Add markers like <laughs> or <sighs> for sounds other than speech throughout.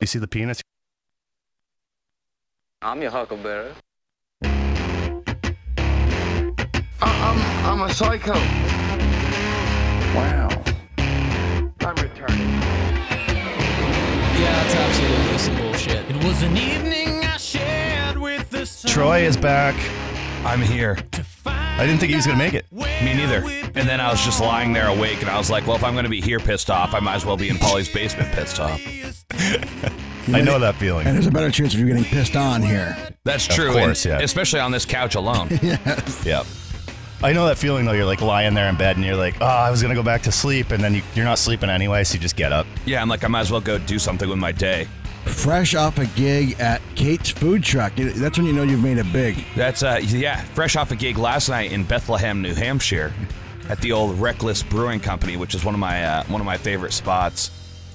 You see the penis? I'm your huckleberry. I- Uh, I'm, I'm a psycho. Wow. I'm retarded. Yeah, it's absolutely some bullshit. It was an evening I shared with the sun. Troy is back. I'm here. I didn't think he was gonna make it. Me neither. And then I was just lying there awake, and I was like, well, if I'm going to be here pissed off, I might as well be in Polly's basement pissed off. I know that feeling. <laughs> And there's a better chance of you getting pissed on here. That's true. course, and yeah. Especially on this <laughs> couch alone. Yes. Yep. I know that feeling though. You're like lying there in bed and you're like, oh, I was gonna go back to sleep, and then you, you're not sleeping anyway, so you just get up. yeah, I'm like, I might as well go do something with my day. Fresh off a gig at Kate's Food Truck. You- That's when you know you've made it big. That's, uh, yeah, fresh off a gig last night in Bethlehem, New Hampshire at the old Reckless Brewing Company, which is one of my, uh, one of my favorite spots.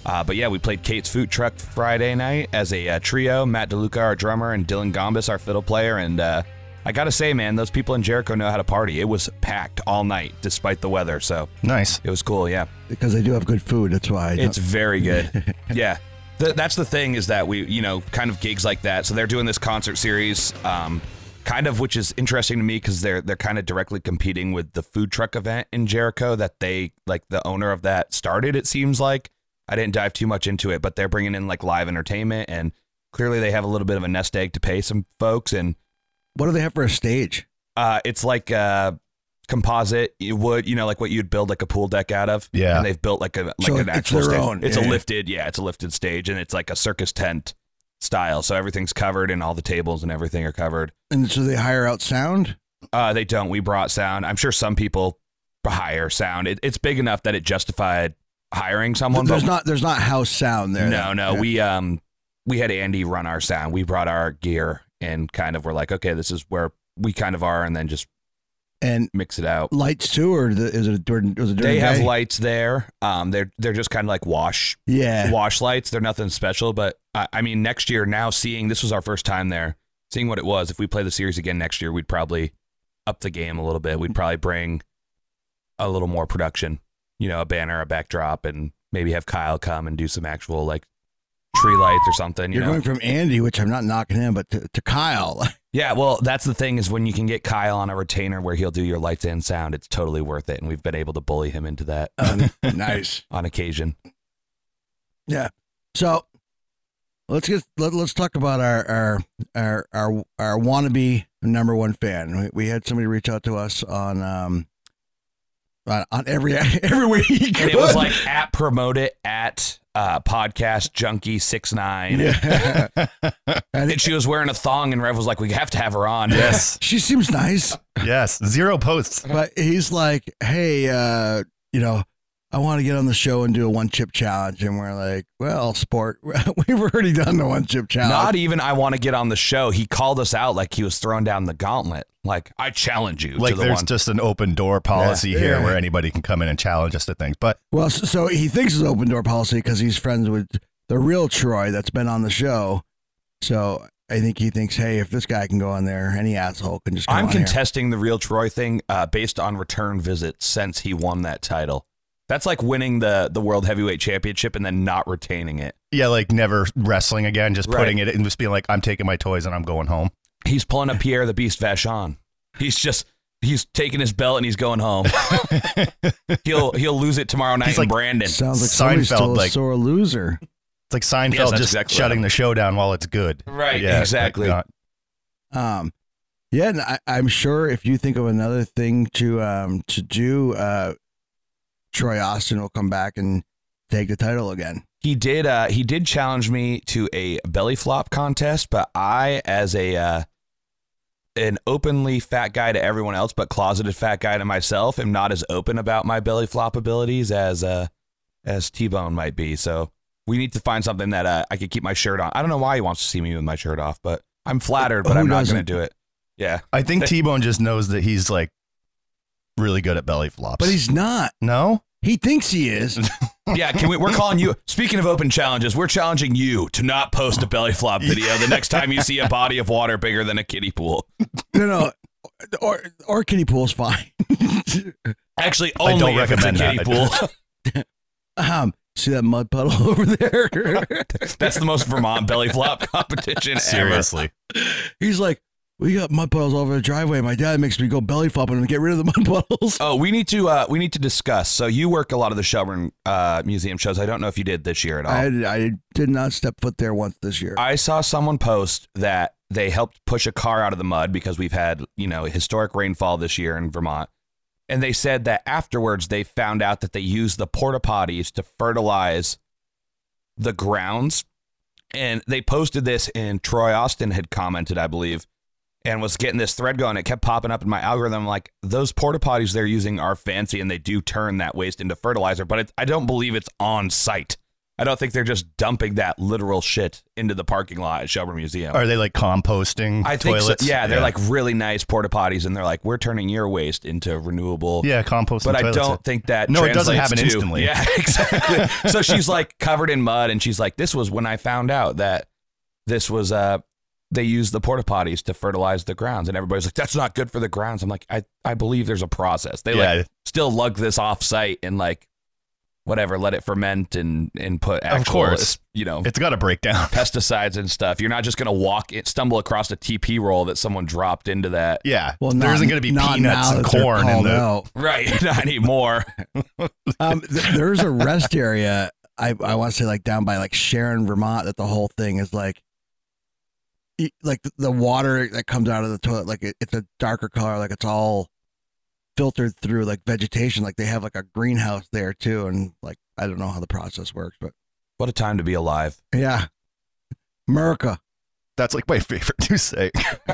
Uh, but yeah, we played Kate's Food Truck Friday night as a uh, trio. Matt DeLuca, our drummer, and Dylan Gombas, our fiddle player. And uh, I gotta say, man, those people in Jericho know how to party. It was packed all night, despite the weather. So Nice. it was cool. Yeah. Because they do have good food. That's why. I don't- It's very <laughs> good. yeah. Th- that's the thing is that we, you know, kind of gigs like that. So they're doing this concert series, um, kind of, which is interesting to me because they're they're kind of directly competing with the food truck event in Jericho that they like the owner of that started. It seems like I didn't dive too much into it, but they're bringing in like live entertainment and clearly they have a little bit of a nest egg to pay some folks and what do they have for a stage? uh, it's like uh, composite you would you know, like what you'd build like a pool deck out of. Yeah. And they've built like a like So an it's actual their stage. own, It's yeah, a yeah. lifted, yeah, it's a lifted stage, and it's like a circus tent style. So everything's covered, and all the tables and everything are covered. And so they hire out sound? Uh, they don't. We brought sound. I'm sure some people hire sound. It, it's big enough that it justified hiring someone. there's but not there's not house sound there. no, no. Yeah. We um we had Andy run our sound. We brought our gear and kind of were like, okay, this is where we kind of are, and then just and mix it out. lights too, or the, is it during? Was it during They the have day? lights there. Um, they're they're just kind of like wash Yeah. wash lights. They're nothing special, but I, I mean, next year now seeing this was our first time there, seeing what it was. If we play the series again next year, we'd probably up the game a little bit. We'd probably bring a little more production, you know, a banner, a backdrop, and maybe have Kyle come and do some actual like tree lights or something. You You're know? going from Andy, which I'm not knocking him, but to, to Kyle. <laughs> Yeah, well, that's the thing is when you can get Kyle on a retainer where he'll do your lights and sound, it's totally worth it. And we've been able to bully him into that nice. on occasion. Yeah. So let's get let, let's talk about our our our our, our wannabe number one fan. We, we had somebody reach out to us on um on, on every <laughs> every week. and <laughs> it was like at promote it at uh, podcast junkie six nine. yeah. and And it, she was wearing a thong, and Rev was like, "We have to have her on." Yes. <laughs> she seems nice, <laughs> yes. Zero posts. but he's like, hey, uh, you know. I want to get on the show and do a one chip challenge, and we're like, "Well, sport, <laughs> we've already done the one chip challenge." Not even I want to get on the show. He called us out like he was throwing down the gauntlet. Like I challenge you Like to the there's one. just an open door policy here Yeah. where anybody can come in and challenge us to things. But Well, s- so he thinks it's open door policy because he's friends with the real Troy that's been on the show. So I think he thinks, hey, if this guy can go on there, any asshole can just. Come I'm on here. contesting the real Troy thing uh, based on return visits since he won that title. That's like winning the the world heavyweight championship and then not retaining it. yeah, like never wrestling again, just Right. putting it and just being like, I'm taking my toys and I'm going home. <laughs> He's pulling a Pierre the Beast Vachon. He's just he's taking his belt and he's going home. he'll he'll lose it tomorrow night He's in like- Brandon. Sounds like somebody's Seinfeld, still a like- sore loser. It's like Seinfeld Yes, that's just exactly shutting right. the show down while it's good. Right, it's like exactly. not- Um, yeah, and I, I'm sure if you think of another thing to um to do, uh, Troy Austin will come back and take the title again. He did. Uh, he did challenge me to a belly flop contest, but I, as a uh, an openly fat guy to everyone else, but closeted fat guy to myself, am not as open about my belly flop abilities as uh, as T Bone might be. So we need to find something that uh, I could keep my shirt on. I don't know why he wants to see me with my shirt off, but I'm flattered, but Who I'm not going doesn't? to do it. Yeah, I think T Bone just knows that he's like really good at belly flops. But he's not. no. He thinks he <laughs> is. yeah. Can we? We're calling you. Speaking of open challenges, we're challenging you to not post a belly flop video the next time you see a body of water bigger than a kiddie pool. no, no. Or or kiddie pool's fine. <laughs> Actually, I only don't if it's a recommend kiddie that. pool. Um, See that mud puddle <laughs> over <laughs> there? That's the most Vermont belly flop <laughs> competition Seriously. He's like, we got mud puddles all over the driveway. My dad makes me go belly flopping and get rid of the mud <laughs> puddles. ever. Oh, we need to uh, we need to discuss. So you work a lot of the Shelburne uh, Museum shows. I don't know if you did this year at all. I, I did not step foot there once this year. I saw someone post that they helped push a car out of the mud because we've had, you know, historic rainfall this year in Vermont. And they said that afterwards they found out that they used the porta potties to fertilize the grounds. And they posted this, and Troy Austin had commented, I believe, and was getting this thread going. It kept popping up in my algorithm like, those porta potties they're using are fancy and they do turn that waste into fertilizer, but it, I don't believe it's on site. I don't think they're just dumping that literal shit into the parking lot at Shelburne Museum. Are they like composting I think so. toilets? Yeah, they're like really nice porta potties, and they're like, we're turning your waste into renewable. yeah, composting. But I toilets. don't think that No, it doesn't translates happen to- instantly. Yeah, <laughs> <laughs> exactly. so she's like covered in mud, and she's like, "This was when I found out that this was uh they used the porta potties to fertilize the grounds." And everybody's like, "That's not good for the grounds." I'm like, "I I believe there's a process. They Yeah. like still lug this off site and like whatever, let it ferment and and put Of actual, course. you know." It's got to break down. <laughs> Pesticides and stuff. You're not just gonna walk, it, stumble across a TP roll that someone dropped into that. Yeah. well, there not- isn't going to be not peanuts now and that they're corn in called the. out. Right, <laughs> not anymore. um, th- there's a rest area. I, I want to say like down by like Sharon, Vermont. That the whole thing is like, e- like the- the water that comes out of the toilet, like it, it's a darker color, like it's all filtered through like vegetation. Like they have like a greenhouse there too, and like I don't know how the process works, but What a time to be alive. yeah, America. That's like my favorite to say. <laughs>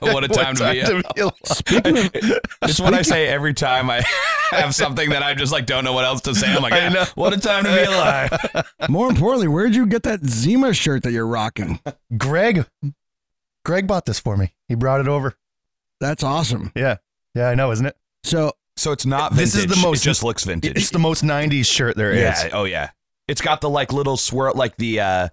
<laughs> what a time to be. alive. <laughs> Speaking of, <laughs> It's what I say every time I <laughs> have something that I just like don't know what else to say. I'm like, "Ah, what a time to be alive. more importantly, where'd you get that Zima shirt that you're rocking? <laughs> Greg, Greg bought this for me. He brought it over. That's awesome. Yeah, I know, isn't it? So <laughs> So it's not. This is vintage, the most- It just looks vintage. <laughs> It's the most '90s shirt there is. yeah. Oh yeah. It's got the like little swirl, like the uh,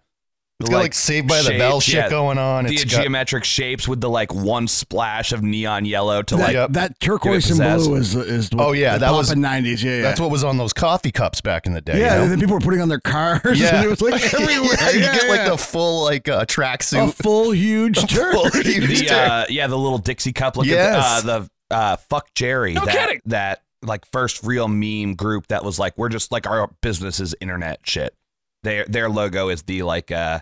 It's got like, Saved by the Bell shapes, shit yeah. going on. the It's got, geometric shapes with the like one splash of neon yellow to that, like. Yep. that turquoise and pizzazz. blue is is Oh, yeah, the that was- poppin' '90s. Yeah, yeah. that's what was on those coffee cups back in the day. Yeah, you know? and then people were putting on their cars. Yeah. and it <laughs> was like <laughs> everywhere. yeah, you get like <laughs> yeah. Oh, the full like uh, a tracksuit. full huge turd. full <laughs> the uh, yeah, the little Dixie cup. Look Yes. at the, uh, the uh, fuck Jerry. that, kidding. That like first real meme group that was like we're just like our business is internet shit. Their their logo is the like uh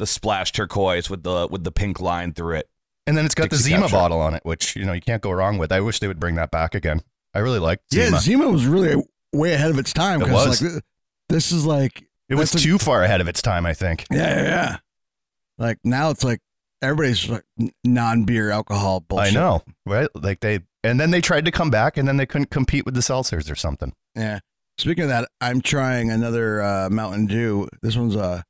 the splash turquoise with the with the pink line through it. and then it's got the Dixie Zima cup shirt. bottle on it, which you know you can't go wrong with. I wish they would bring that back again. I really liked yeah, Zima. Zima. was really way ahead of its time. It 'cause, was. Like, th- this is like it was that's a- too far ahead of its time, I think. yeah, yeah, yeah. Like now it's like everybody's like n- non-beer alcohol bullshit. I know, right? Like they, and then they tried to come back, and then they couldn't compete with the seltzers or something. Yeah. Speaking of that, I'm trying another uh, Mountain Dew. This one's a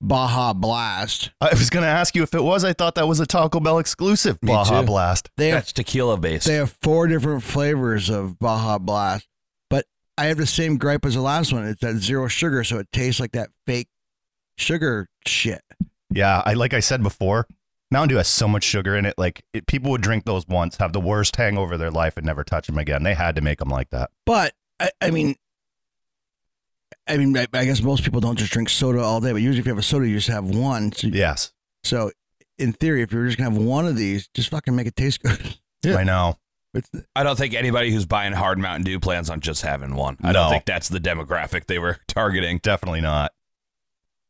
Baja Blast. I was going to ask you if it was. I thought that was a Taco Bell exclusive. Me Baja too. Blast. They have That's tequila based. They have four different flavors of Baja Blast, but I have the same gripe as the last one. It's that zero sugar, so it tastes like that fake sugar shit. Yeah, I like I said before, Mountain Dew has so much sugar in it. Like it, people would drink those once, have the worst hangover of their life, and never touch them again. They had to make them like that. But I, I mean, I mean, I, I guess most people don't just drink soda all day, but usually if you have a soda, you just have one. So, Yes, so in theory, if you're just gonna have one of these, just fucking make it taste good. <laughs> Yeah. I know. It's, I don't think anybody who's buying hard Mountain Dew plans on just having one. I No. don't think that's the demographic they were <laughs> targeting. Definitely not.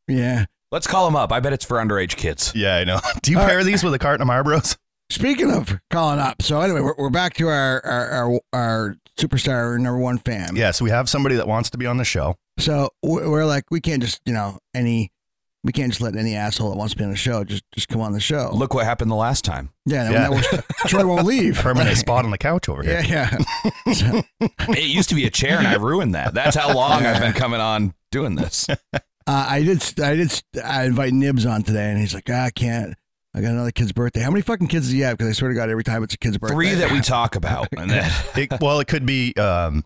yeah. Let's call them up. I bet it's for underage kids. Yeah, I know. <laughs> Do you All pair these with a carton of Marlboros? Speaking of calling up, so anyway, we're, we're back to our our, our our superstar number one fan. Yes, we have somebody that wants to be on the show. <laughs> So we're we're like, we can't just, you know, any, we can't just let any asshole that wants to be on the show just just come on the show. Look what happened the last time. yeah, that- Yeah. that was- Troy won't leave. <laughs> <laughs> Permanent spot on the couch over here. Yeah, yeah. So, It used to be a chair, and I ruined that. That's how long I've been coming on doing this. uh, I did, I did, I invite Nibs on today, and he's like, "Ah, I can't. I got another kid's birthday. How many fucking kids do you have? Because I swear to God, every time it's a kid's birthday. Three <laughs> that we talk about, and then It- well, it could be um,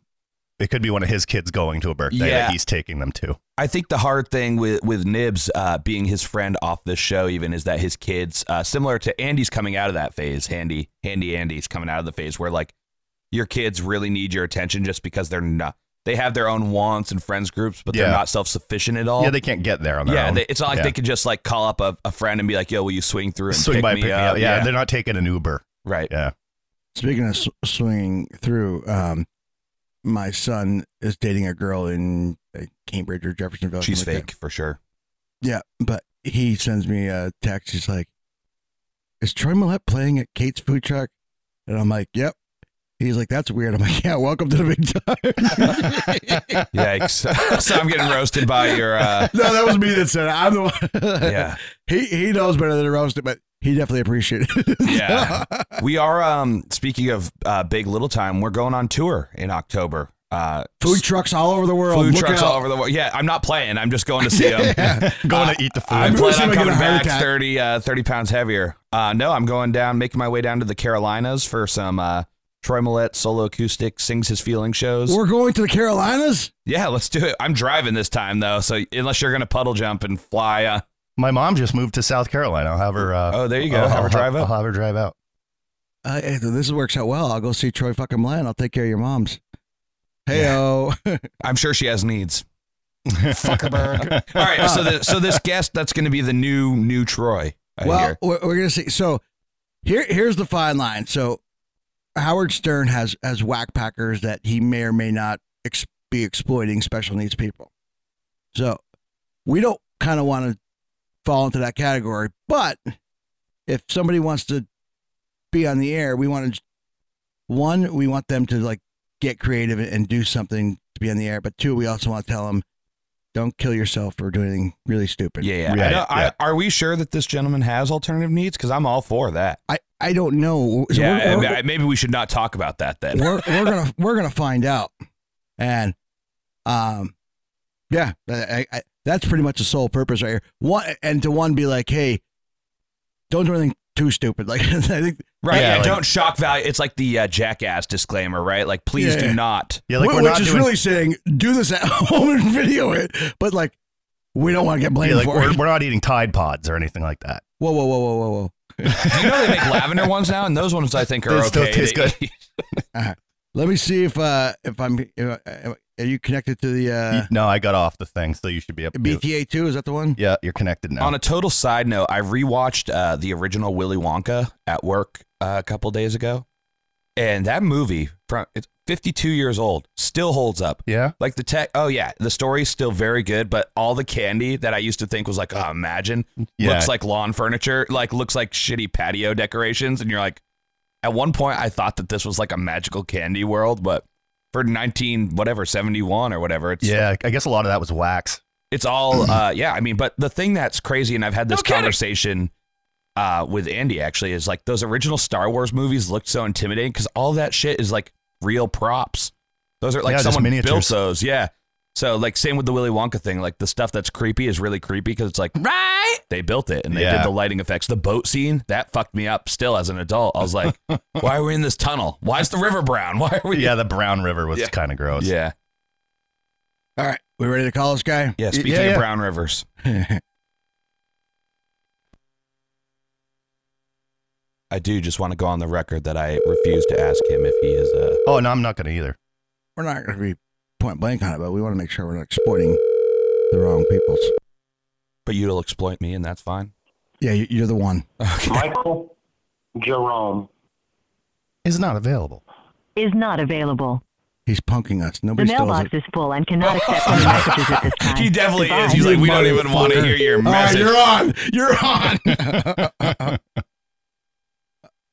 it could be one of his kids going to a birthday Yeah. that he's taking them to. I think the hard thing with with Nibs uh, being his friend off this show, even is that his kids, uh, similar to Andy's coming out of that phase, Handy Handy Andy's coming out of the phase where like your kids really need your attention just because they're not they have their own wants and friends groups, but they're Yeah. not self sufficient at all. Yeah, they can't get there on their yeah, own. they, it's not like Yeah. they could just like call up a, a friend and be like, "Yo, will you swing through and swing pick by, me pick me up?" up. Yeah, they're not taking an <laughs> Uber. <laughs> right. Yeah. <laughs> Speaking of sw- swinging through, um, my son is dating a girl in uh, Cambridge or Jeffersonville. She's something like that. fake for sure. <laughs> Yeah, but he sends me a text. He's like, "Is Troy Millette playing at Kate's food truck?" And I'm like, "Yep." He's like, "That's weird." I'm like, <laughs> "Yeah, welcome to the big time." <laughs> Yikes! <laughs> so I'm getting roasted by your. <laughs> Uh, no, that was me that said it. I'm the one. yeah, <laughs> he he knows better than to roast it, but he definitely appreciated it. <laughs> Yeah. we are. Um, speaking of uh, big little time, we're going on tour in October. Uh, food trucks all over the world. food Look trucks out. all over the world. Yeah, I'm not playing. I'm just going to <laughs> see them. Going to eat the food. I'm Everyone planning on seemed like coming they had a heart back attack. 30, uh, 30 pounds heavier. Uh, no, I'm going down, making my way down to the Carolinas for some uh, Troy Millette solo acoustic sings his feeling shows. We're going to the Carolinas. yeah, let's do it. I'm driving this time though, so unless you're gonna puddle jump and fly, uh, My mom just moved to South Carolina. I'll have her. Uh, oh there you go, I'll have her drive I'll up. have her drive out. Uh, hey, this works out well. I'll go see Troy fucking Land. I'll take care of your mom's. Hey, oh. I'm sure she has needs. <laughs> Fuckaberg. All right, so the, so this guest that's gonna be the new new Troy. I well, hear. we're, we're gonna see. So here, here's the fine line. So Howard Stern has has whack packers that he may or may not ex- be exploiting special needs people. So we don't kind of want to fall into that category. But if somebody wants to be on the air, we want to one, we want them to like get creative and do something to be on the air. But two, we also want to tell them don't kill yourself or do anything really stupid. yeah, yeah. I Yeah, don't- I- yeah. are we sure that this gentleman has alternative needs? Because I'm all for that. I, I don't know. So yeah, we're- I- we're- I- maybe we should not talk about that then. we're, we're gonna we're gonna find out and um yeah I, I, that's pretty much the sole purpose right here one and to one be like hey don't do anything too stupid like <laughs> i think Right. Yeah, Yeah. like- don't shock value. It's like the uh, jackass disclaimer, right? Like, please Yeah, do yeah. not. Yeah, like wh- we're which not is doing. really saying do this at <laughs> home and video it but like we don't want to get blamed yeah, like for we're, it we're not eating Tide Pods or anything like that. whoa whoa whoa whoa whoa whoa Do you know they make lavender ones now? And those ones I think are They still okay. taste They- let me see if uh if i'm if, uh, are you connected to the uh no, I got off the thing, so you should be able. to. do it. bta2 is that the one Yeah, you're connected now. <laughs> On a total side note, I rewatched uh, the original Willy Wonka at work uh, a couple days ago, and that movie from it's 52 years old still holds up. yeah, Like the tech, oh yeah, the story's still very good, but all the candy that I used to think was like, oh, imagine yeah. looks like lawn furniture, like looks like shitty patio decorations, and you're like, at one point I thought that this was like a magical candy world, but for 19 whatever 71 or whatever, it's yeah, I guess a lot of that was wax. it's all uh, yeah. I mean, but the thing that's crazy, and I've had this No kidding. conversation uh, with Andy actually, is like those original Star Wars movies looked so intimidating because all that shit is like real props. Those are like Yeah, just someone built miniatures. those, yeah. So like same with the Willy Wonka thing, like the stuff that's creepy is really creepy because it's like Right? they built it and they Yeah. did the lighting effects. The boat scene that fucked me up still as an adult. I <laughs> was like, why are we in this tunnel? Why is the river brown? Why are we? Yeah, the Brown River was Yeah. kind of gross. <laughs> yeah, all right we ready to call this guy yeah. Speaking yeah. of brown rivers, I do just want to go on the record that I refuse to ask him if he is uh, a. Oh no, I'm not gonna either. we're not going to be point blank on it, but we want to make sure we're not exploiting the wrong peoples. But you'll exploit me, and that's fine. <laughs> Yeah, you- you're the one. Michael Jerome. It's not available. is not available. He's punking us. The Nobody steals mailbox it. is full and cannot <laughs> accept any messages at this time. He definitely Goodbye. is. He's like, we don't even want to hear your All right, message. Oh, you're on. You're on.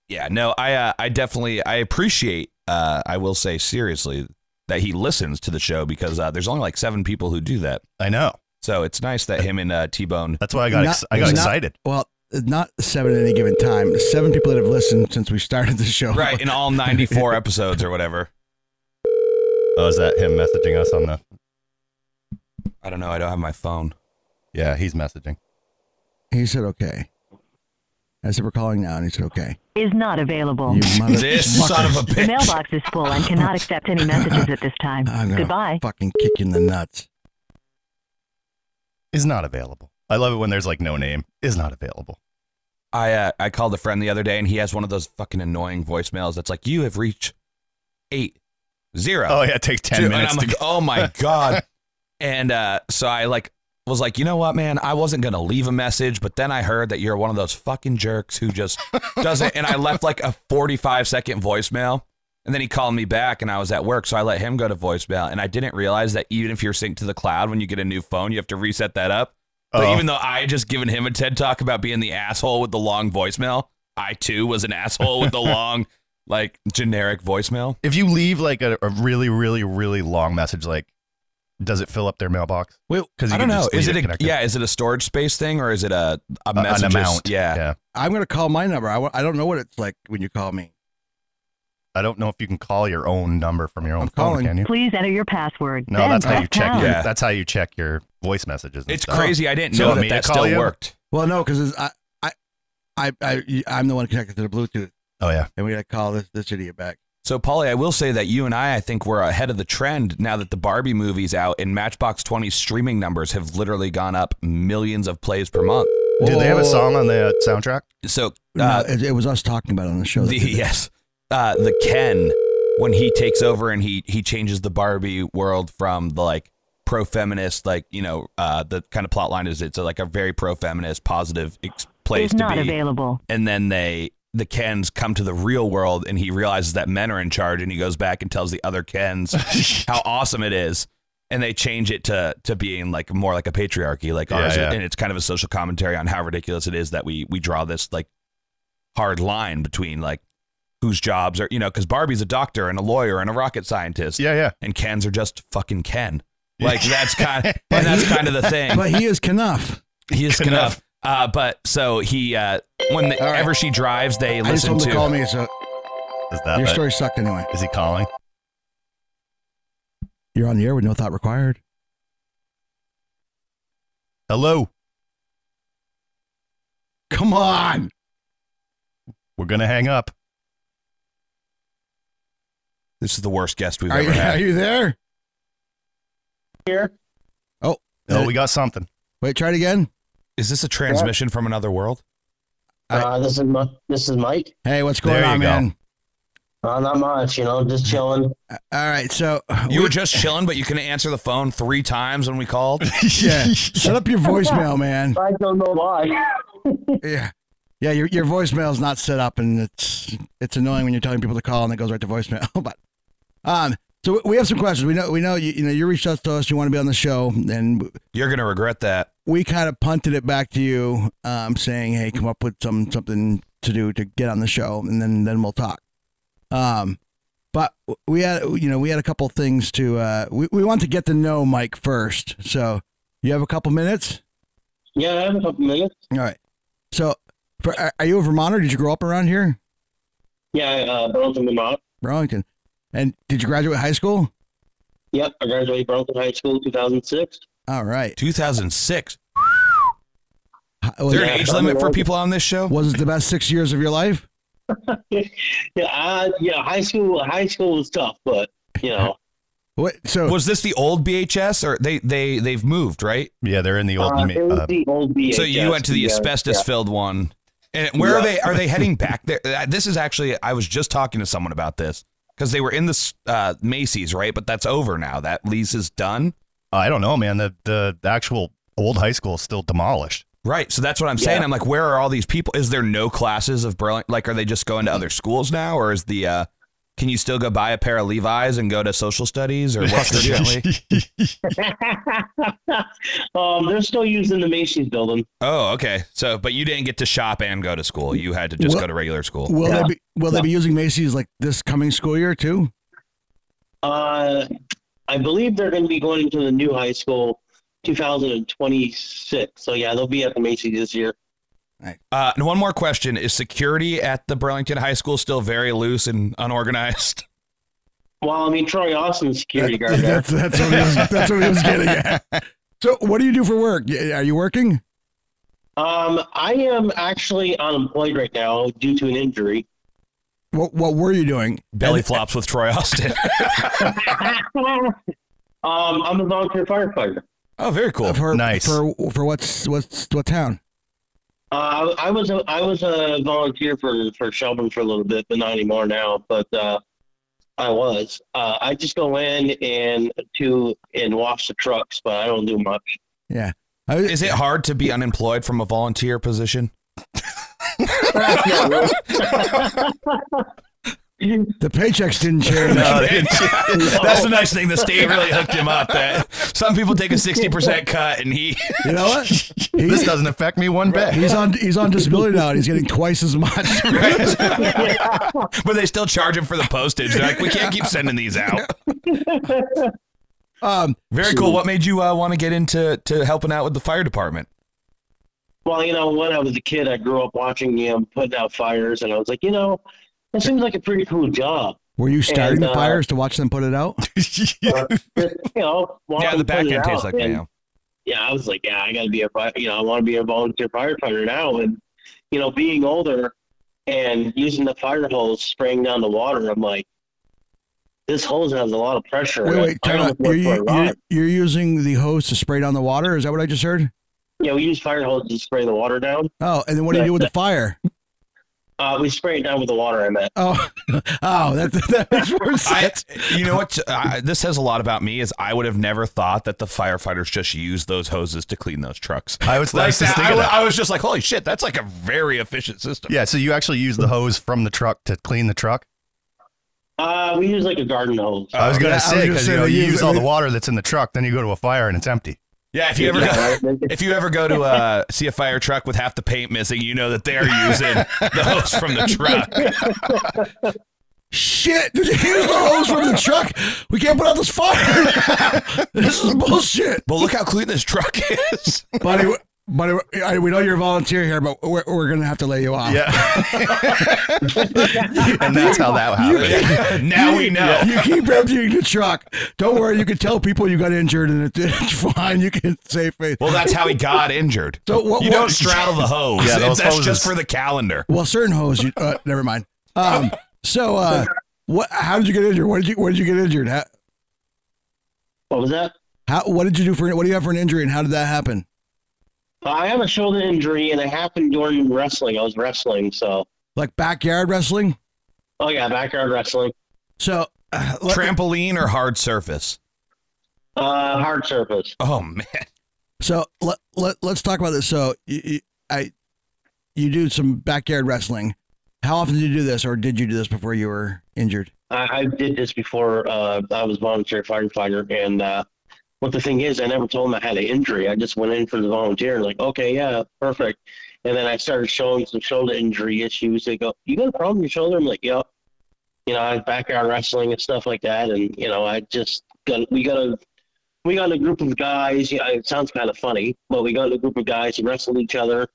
yeah, no, I, uh, I definitely, I appreciate. Uh, I will say seriously that he listens to the show because uh, there's only like seven people who do that. I know. So it's nice that him and uh, T Bone <laughs> That's why I got Not- ex- I got it's not- excited. <laughs> well, not seven at any given time. Seven people that have listened since we started the show. right in all 94 episodes or whatever Oh, is that him messaging us on the? i don't know i don't have my phone Yeah, he's messaging. He said okay. I said we're calling now, and he said okay. is not available. You mother- <laughs> this son of a The bitch mailbox is full and cannot accept any messages at this time. <laughs> I'm gonna Goodbye. Fucking kick you in the nuts. Is not available. I love it when there's like no name. Is not available. i uh, i called a friend the other day and he has one of those fucking annoying voicemails that's like you have reached eight Zero. Oh yeah, it takes ten Dude, minutes And I'm to like, <laughs> oh my god. and uh, so I like was like, you know what, man? I wasn't gonna leave a message, but then I heard that you're one of those fucking jerks who just doesn't. And I left like a 45 second voicemail. And then he called me back, and I was at work, so I let him go to voicemail. And I didn't realize that even if you're synced to the cloud, when you get a new phone, you have to reset that up. But Oh. even though I had just given him a TED talk about being the asshole with the long voicemail, I too was an asshole <laughs> with the long, like generic voicemail. if you leave like a, a really, really, really long message, like does it fill up their mailbox? Wait, 'Cause you I don't can know. just leave Is it it a, connected. yeah? Is it a storage space thing or is it a a A- messages- An amount. Yeah. I'm gonna call my number. I w- I don't know what it's like when you call me. I don't know if you can call your own number from your own I'm phone. calling. Can you? Please enter your password. No, then that's how press you check. pound. Your, Yeah. That's how you check your voice messages. and It's stuff. crazy. I didn't So know want that me to that call still you? worked. Well, no, because I, I, I, I, I'm the one connected to the Bluetooth, Oh yeah. and we gotta call this this idiot back. So, Polly, I will say that you and I, I think, we're ahead of the trend now that the Barbie movie's out and Matchbox 20 streaming numbers have literally gone up millions of plays per month. Do they have a Whoa. song on the uh, <laughs> soundtrack? So, Oh, No, uh, it, it was us talking about it on the <laughs> show. that the, <laughs> did that. yes, uh, the Ken when he takes over and he he changes the Barbie world from the like pro feminist, like you know, uh, the kind of plot line is it's like a very pro feminist, positive ex- place Is to not be. available. and then they the Kens come to the real world and he realizes that men are in charge and he goes back and tells the other Kens how awesome it is and they change it to to being like more like a patriarchy like Yeah, ours yeah. and it's kind of a social commentary on how ridiculous it is that we we draw this like hard line between like whose jobs are you know cuz Barbie's a doctor and a lawyer and a rocket scientist Yeah, yeah. and Kens are just fucking Ken <laughs> like that's kind of, and <laughs> that's kind of the thing but he <laughs> is Knuff. he is Good enough. Uh, but so he, uh, when the, All right. ever she drives, I they just listen told him to. to call me. So Is that your it? story sucked anyway. Is he calling? You're on the air with no thought required. Hello. Come on. We're gonna hang up. This is the worst guest we've Are you, ever are had. you there? Here. Oh, Uh, we got something. Wait, try it again. Is this a transmission from another world? Uh, this is Mi- this is Mike. Hey, what's going There you on, go. man? Uh, Uh, not much, you know, just chilling. All right, so You were just chilling, but you couldn't answer the phone three times when we called. <laughs> <laughs> yeah, shut up your voicemail, man. I don't know why. Yeah, yeah, your your voicemail's not set up, and it's it's annoying when you're telling people to call and it goes right to voicemail. <laughs> but um, so we have some questions. We know we know you, you know you reached out to us. You want to be on the show, and You're gonna regret that. we kind of punted it back to you, um, saying, "Hey, come up with some something to do to get on the show, and then then we'll talk." Um, but we had you know we had a couple things to uh, we we want to get to know Mike first. So you have a couple minutes. yeah, I have a couple minutes. All right. So for, are- are you a Vermonter? Did you grow up around here, Yeah, uh, Burlington, Vermont. Burlington? And did you graduate high school? Yep, I graduated Burlington High School 2006. All right. 2006. Hi- Is Was, there an Yeah, age I'm limit for old. people on this show? was it the best six years of your life? <laughs> Yeah, uh, yeah, high school high school was tough, but <laughs> you know, What? So Was this the old BHS or they they they've moved right? <laughs> Yeah, they're in the old. uh, ma- it was uh, the old BHS. So you went to the yeah, asbestos filled one. And where are Yeah. they? Are they heading <laughs> back there? Uh, This is actually. I was just talking to someone about this because they were in this uh, Macy's, right? But that's over now. That lease is done, I don't know, man. The, the the actual old high school is still demolished. right? So that's what I'm saying. Yeah. I'm like, where are all these people? Is there no classes of Burlington? Like, are they just going to other schools now, or is the? Uh, can you still go buy a pair of Levi's and go to social <laughs> studies <laughs> or what's the deal? yeah. <laughs> um, they're still using the Macy's building. Oh, okay. So, but you didn't get to shop and go to school. You had to just Well- go to regular school. will Yeah. they be will they be using Macy's like this coming school year too? Uh, I believe they're going to be going into the new high school 2026. So yeah, they'll be at the Macy's this year. Uh, and one more question: Is security at the Burlington High School still very loose and unorganized? Well, I mean Troy Austin's <laughs> security guard there. That's, that's, what he was, that's what he was getting at. <laughs> So, what do you do for work? Y- Are you working? Um, I am actually unemployed right now due to an injury. What, what were you doing? Belly flops with Troy Austin. <laughs> um, I'm a volunteer firefighter. oh, very cool. For, Nice. For for what's what's what town? Uh, I, I was a I was a volunteer for for Shelburne for a little bit, but not anymore now. But uh, I was. Uh, I just go in and to and wash the trucks, but I don't do much. <laughs> I was- Is it hard to be unemployed from a volunteer position? the paychecks didn't <laughs> change. No, they didn't. That's <laughs> the nice thing. The state really hooked him up. That some people take a sixty percent cut, and he <laughs> You know what? He- <laughs> This doesn't affect me one bit. he's on he's on disability now. and He's getting twice as much. <laughs> <laughs> but they still charge him for the postage. They're like, we can't keep sending these out. Um, Very cool. What made you uh, want to get into to helping out with the fire department? Well, you know, when I was a kid, I grew up watching him putting out fires, and I was like, you know, that seems like a pretty cool job. were you starting And, the uh, fires to watch them put it out? Just, you know, watch yeah, the him back put it end tastes out, like and- mayo. yeah, I was like, yeah, I got to be a, fi- you know, I want to be a volunteer firefighter now. And, you know, being older and using the fire hose, spraying down the water, I'm like, this hose has a lot of pressure. Wait, wait, I time out. almost You're, went for a you- you're, ride. you're using the hose to spray down the water. Is that what I just heard? Yeah, we use fire hoses to spray the water down. Oh, and then what do you do with the fire? Uh, we spray it down with the water, I meant. Oh, <laughs> oh, that, that makes more I, sense. you know what? I, this says a lot about me. Is I would have never thought that the firefighters just use those hoses to clean those trucks. I was, I Like was just that, I, thinking wa- that. I was just like, holy shit, that's like a very efficient system. Yeah, so you actually use the hose from the truck to clean the truck? Uh, we use like a garden hose. Uh, I was Oh, yeah, I gonna was say gonna because say you know they you use- use all the water that's in the truck, then you go to a fire and it's empty. Yeah, if you ever go, Yeah, right? if you ever go to uh, see a fire truck with half the paint missing, you know that they're using the hose from the truck. Shit! Did you hear the hose from the truck? We can't put out this fire. <laughs> this is bullshit, But look how clean this truck is. buddy. Buddy, I- we know you're a volunteer here, but we're, we're gonna have to lay you off. Yeah, and that's how that happened. <laughs> now we know. You keep emptying the truck. Don't worry, you can tell people you got injured and it- <laughs> it's fine. You can save face. Well, that's how he got injured. So what- you what- don't straddle the hose. Yeah, those that's hoses. just for the calendar. Well, certain hose. You, uh, never mind. Um, so, uh, what? How did you get injured? What did you? What did you get injured? How, What was that? how? What did you do for? What do you have for an injury? And how did that happen? Uh, I have a shoulder injury, and it happened during wrestling. I was wrestling, so. Like backyard wrestling. Oh, yeah, backyard wrestling. So, uh, let- Trampoline or hard surface? Uh, hard surface. Oh man. so let, let let's talk about this. So, you, you, I, you do some backyard wrestling. How often did you do this, or did you do this before you were injured? I, I did this before uh, I was volunteer firefighter, and uh, what the thing is, I never told them I had an injury. I just went in for the volunteer, and like, okay, yeah, perfect. And then I started showing some shoulder injury issues. They go, "You got a problem with your shoulder?" I'm like, "Yep." You know, I was backyard wrestling and stuff like that, and you know, I just got we got a we got a group of guys. You know, it sounds kind of funny, but we got a group of guys who wrestled each other.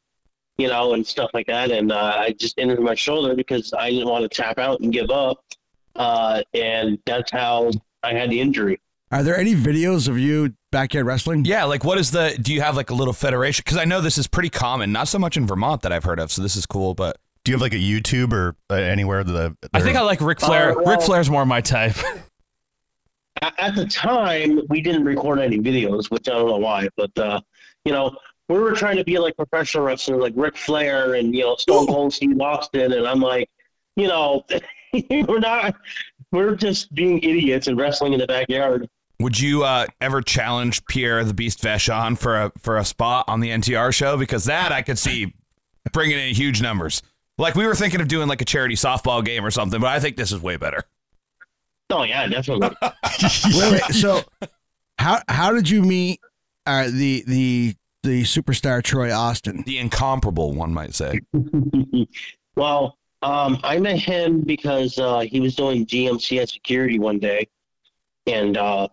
You know, and stuff like that, and uh, I just injured my shoulder because I didn't want to tap out and give up uh, and that's how I had the injury. Are there any videos of you backyard wrestling? Yeah, like what is the? Do you have like a little federation? Because I know this is pretty common, not so much in Vermont that I've heard of. So this is cool. But Do you have like a YouTube or uh, anywhere the? I think I like Ric Flair. Uh, well- Ric Flair's more my type. A- At the time, we didn't record any videos, which I don't know why, but uh, you know, we were trying to be like professional wrestlers, like Ric Flair and you know Stone Cold Steve Austin, and I'm like, you know, <laughs> we're not, we're just being idiots and wrestling in the backyard. would you uh, ever challenge Pierre the Beast Vachon for a for a spot on the NTR show? Because that I could see bringing in huge numbers. Like we were thinking of doing like a charity softball game or something, but I think this is way better. Oh yeah, definitely. wait, wait, so how how did you meet uh, the the the superstar Troy Austin? The incomparable, one might say. <laughs> well, um, I met him because uh, he was doing GMCS security one day, and uh,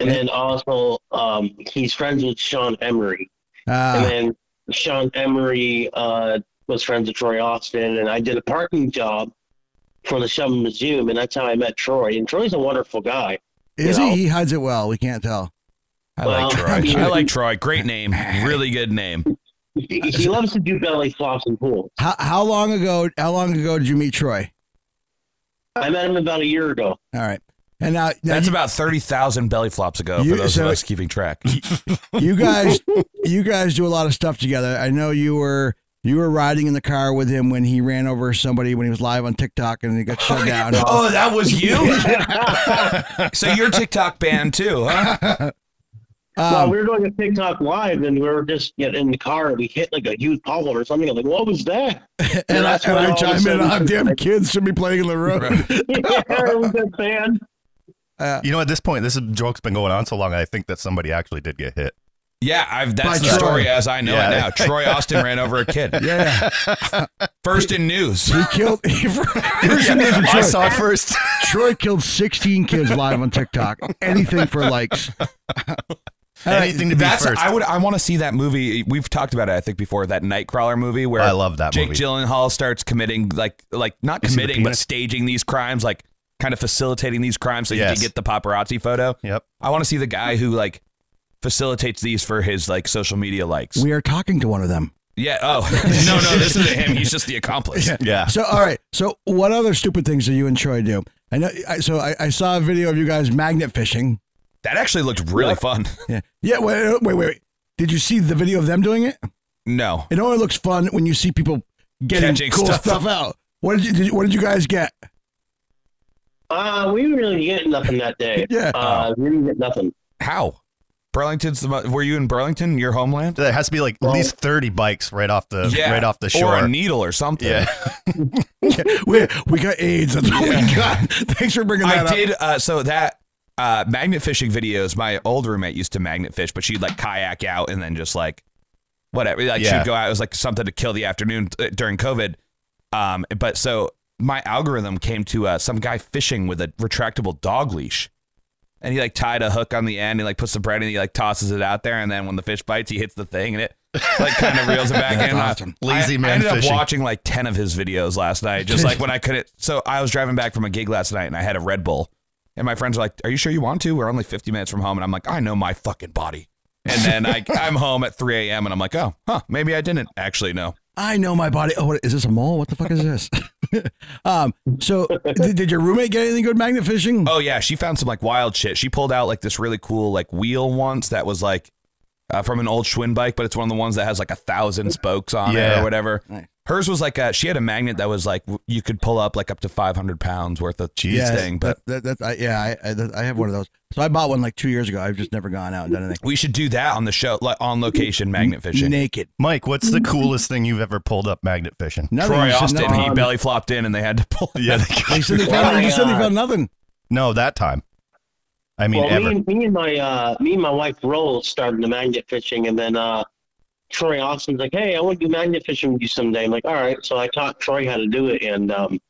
and then also um, he's friends with Sean Emery, and Uh, then Sean Emery uh, was friends with Troy Austin, and I did a parking job for the Shelby Museum, and that's how I met Troy. And Troy's a wonderful guy. is you he? know. He hides it well. We can't tell. I Oh, Well, like Troy. I mean- I like Troy. Great name. Really good name. He, he loves to do belly flops and pool. How how long ago? How long ago did you meet Troy? I met him about a year ago. All right, and now, now That's you, about 30,000 belly flops ago You- for those so- of us <laughs> keeping track. you guys, you guys do a lot of stuff together. I know you were You were riding in the car with him when he ran over somebody when he was live on TikTok and he got shut <laughs> down. Oh, that was <laughs> you. so you're TikTok banned too, huh? well, Um, we were doing a TikTok live, and we were just getting in the car, and we hit like a huge pothole or something. I'm like, what was that? <laughs> and I, that's and when I all of a chime in, sudden- oh, damn kids should be playing in the road. Uh, yeah, we got banned. You know, at this point, this joke's been going on so long. I think that somebody actually did get hit. Yeah, I've, that's By the Troy. story as I know Yeah. it now. Troy Austin ran over a kid. <laughs> yeah, First in news. he killed. <laughs> He, first thing is, Troy, I saw it first. Troy killed 16 kids live on TikTok. Anything for likes. Anything to be That's first. I would I want to see that movie. We've talked about it I think before that Nightcrawler movie where I love that Jake movie. Gyllenhaal starts committing like like not You see the committing but penis? staging these crimes like kind of facilitating these crimes so you Yes. can get the paparazzi photo. yep. I want to see the guy who like facilitates these for his like social media likes. We are talking to one of them. yeah. Oh <laughs> no no this isn't him. He's just the accomplice. <laughs> Yeah. So, all right. So, what other stupid things do you and Troy do? I know. I, so, I, I saw a video of you guys magnet fishing. That actually looked really fun. Yeah. Yeah. Wait, wait, wait. Did you see the video of them doing it? No. It only looks fun when you see people getting Catching cool stuff. stuff. out. What did you? Did, you- what did you guys get? Uh, we didn't really get nothing that day. Yeah. Uh, we didn't get nothing. How? Burlington's the mo- were you in Burlington, your homeland? There has to be like at least 30 bikes right off the right off the shore. Or a needle or something. yeah. <laughs> We, we got AIDS. That's what we got. <laughs> Thanks for bringing that I up. did. Uh, so that uh, magnet fishing videos, my old roommate used to magnet fish, but she'd like kayak out and then just like whatever. Like Yeah. she'd go out. It was like something to kill the afternoon uh, during COVID. Um, but so my algorithm came to uh, some guy fishing with a retractable dog leash. And he like tied a hook on the end and like puts the bread and he like tosses it out there and then when the fish bites he hits the thing and it like kind of reels it back That's in. I- awesome. Lazy I, man I ended fishing. up watching like ten of his videos last night, just like when I couldn't. So I was driving back from a gig last night and I had a Red Bull, and my friends are like, "Are you sure you want to?" We're only fifty minutes from home, and I'm like, "I know my fucking body." And <laughs> then I, I'm home at 3 a.m. and I'm like, "Oh, huh, maybe I didn't actually know." I know my body. Oh, what, is this a mole? What the fuck is this? <laughs> um. So, did, did your roommate get anything good magnet fishing? Oh yeah, she found some like wild shit. She pulled out like this really cool like wheel once that was like uh, from an old Schwinn bike, but it's one of the ones that has like a thousand spokes on it Yeah. or whatever. Nice. Hers was like a, she had a magnet that was like w- you could pull up like up to 500 pounds worth of cheese Yes, thing. But that, that, that, I, yeah, I, I, that, I have one of those. So I bought one like two years ago. I've just never gone out and done anything. we should do that on the show, like on location magnet fishing. Naked. Mike, what's the coolest thing you've ever pulled up magnet fishing? Nothing. Troy They said Austin, nothing. he belly flopped in and they had to pull. <laughs> Yeah. They said they found, they said they found nothing. no, that time. I mean, well, ever. Me and, me and my uh, me and my wife Rose started the magnet fishing, and then uh, Troy Austin's like, "Hey, I want to do magnet fishing with you someday." I'm like, "All right." So I taught Troy how to do it, and um,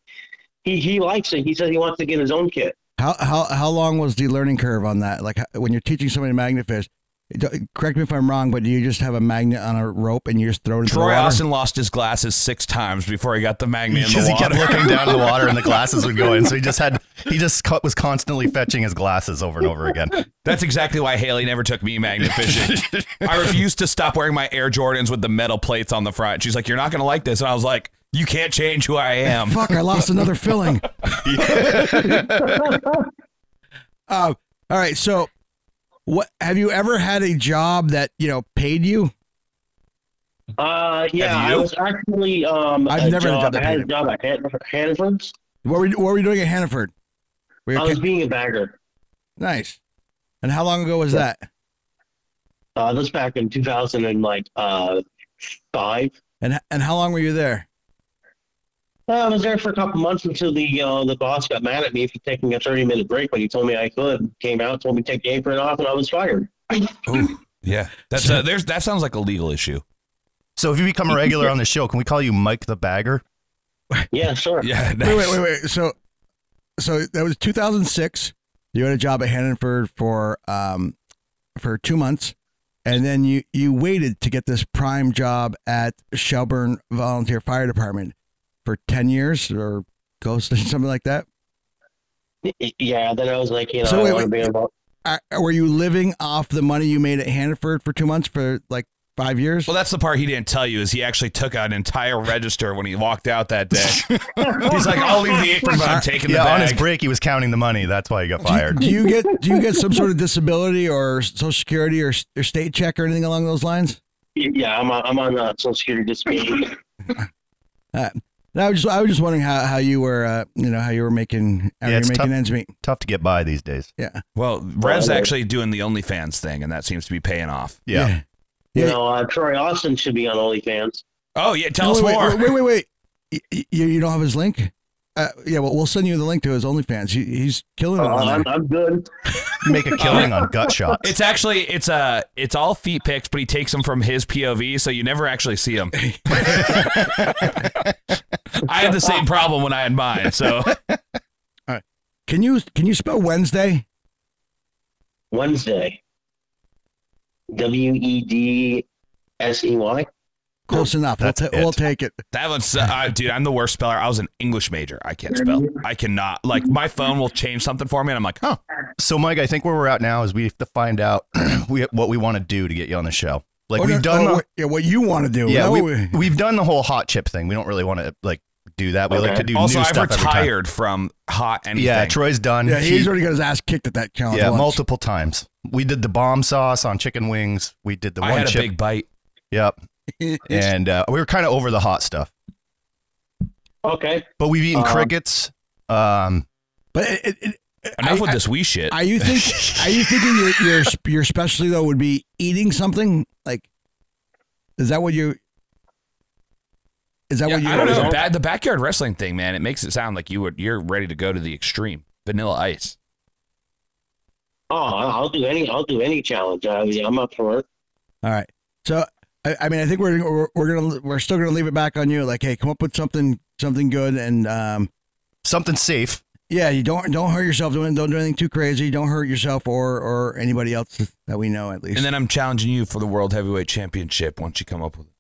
he he likes it. He said he wants to get his own kit. How how how long was the learning curve on that? Like how- when you're teaching somebody to magnet fish, d- correct me if I'm wrong, but do you just have a magnet on a rope and you just throw it into the Troy water? Austin lost his glasses six times before he got the magnet <laughs> in because the he water. kept looking down in the water and the glasses would go in, so he just had he just co- was constantly fetching his glasses over and over again. <laughs> That's exactly why Haley never took me magnet <laughs> fishing. I refused to stop wearing my Air Jordans with the metal plates on the front. She's like, "You're not gonna like this," and I was like, "You can't change who I am." Fuck! I lost another filling. um, all right, so what have you ever had a job that you know paid you? Uh, yeah, Have I you? was actually um, I've a never had a job at job, I had a job at Han- Hannaford's. What were you, what were you doing at Hannaford? Were you I a was kid? being a bagger. nice. And how long ago was that? Uh, this back in 2000 and like uh, five. And and how long were you there? Uh, I was there for a couple months until the uh, the boss got mad at me for taking a 30 minute break when he told me I could. Came out, told me to take the apron off, and I was fired. Yeah, that's uh, there's that sounds like a legal issue. <laughs> So if you become a regular on the show, can we call you Mike the Bagger? Yeah, sure. Yeah, Wait, wait, wait, wait. So, so that was 2006. You had a job at Hannaford for um for two months, and then you you waited to get this prime job at Shelburne Volunteer Fire Department for 10 years or close to <laughs> something like that. Yeah, then I was like, you know, So I wait, want to wait. be involved. Are, Uh, were you living off the money you made at Hannaford for two months for like five years? Well, that's the part he didn't tell you is he actually took out an entire register when he walked out that day. He's like, "I'll leave the apron, but I'm taking the yeah, on bag." his break, he was counting the money. That's why he got Do you- fired. Do you get do you get some sort of disability or social security or, or state check or anything along those lines? <laughs> Yeah, I'm on, I'm on uh, Social Security disability. Uh, I was just I was just wondering how, how you were uh, you know how you were making how Yeah, you were it's making tough. ends meet. Tough to get by these days. Well, Rev's Well, actually doing the OnlyFans thing, and that seems to be paying off. Yeah. You Yeah. know, uh, Troy Austin should be on OnlyFans. Oh yeah, tell No, us wait, more. Wait, wait, wait. wait. Y- y- You, you don't have his link? Uh, yeah, well, we'll send you the link to his OnlyFans. He, he's killing it. Oh, Uh, on I'm, there. I'm good. Make a killing on gut shots. It's actually it's uh it's all feet pics, but he takes them from his POV, so you never actually see <laughs> them. I had the same problem when I had mine, so Can you can you spell Wednesday? Wednesday. W E D S E Y. Close enough. We'll, That's ta- it. we'll take it. that one's uh, dude. I'm the worst speller. I was an English major. I can't spell. I cannot. Like my phone will change something for me, and I'm like, huh. So, Mike, I think where we're at now is we have to find out <clears throat> we, what we want to do to get you on the show. Like Oh, we've no, done, oh, the, what, yeah, what you want to do. yeah, No, we, we- we've done the whole hot chip thing. We don't really want to like do that. We like Okay. to do Also, new I've stuff every time. retired from hot anything. Yeah, Troy's done. yeah, He- he's already got his ass kicked at that challenge. yeah, once. <laughs> multiple times. We did the bomb sauce on chicken wings. We did the I one had a chip. big bite. yep. And uh, we were kind of over the hot stuff, Okay. but we've eaten Uh-huh. Um, crickets. Um, But it, it, it, Enough I- with I- this wee shit. are you think <laughs> are you thinking your your sp- your specialty though would be eating something like? Is that what you? Is that Yeah, what you? I don't always know. are. Ba- the backyard wrestling thing, man, it makes it sound like you would you're ready to go to the extreme. Vanilla ice. Oh, I- I'll do any. I'll do any challenge. I, I'm up for it. All right. So I, I mean, I think we're, we're we're gonna we're still gonna leave it back on you. Like, hey, come up with something something good, and um, something safe. yeah, you don't don't hurt yourself. Don't don't do anything too crazy. Don't hurt yourself or or anybody else that we know at least. And then I'm challenging you for the world heavyweight championship once you come up with it.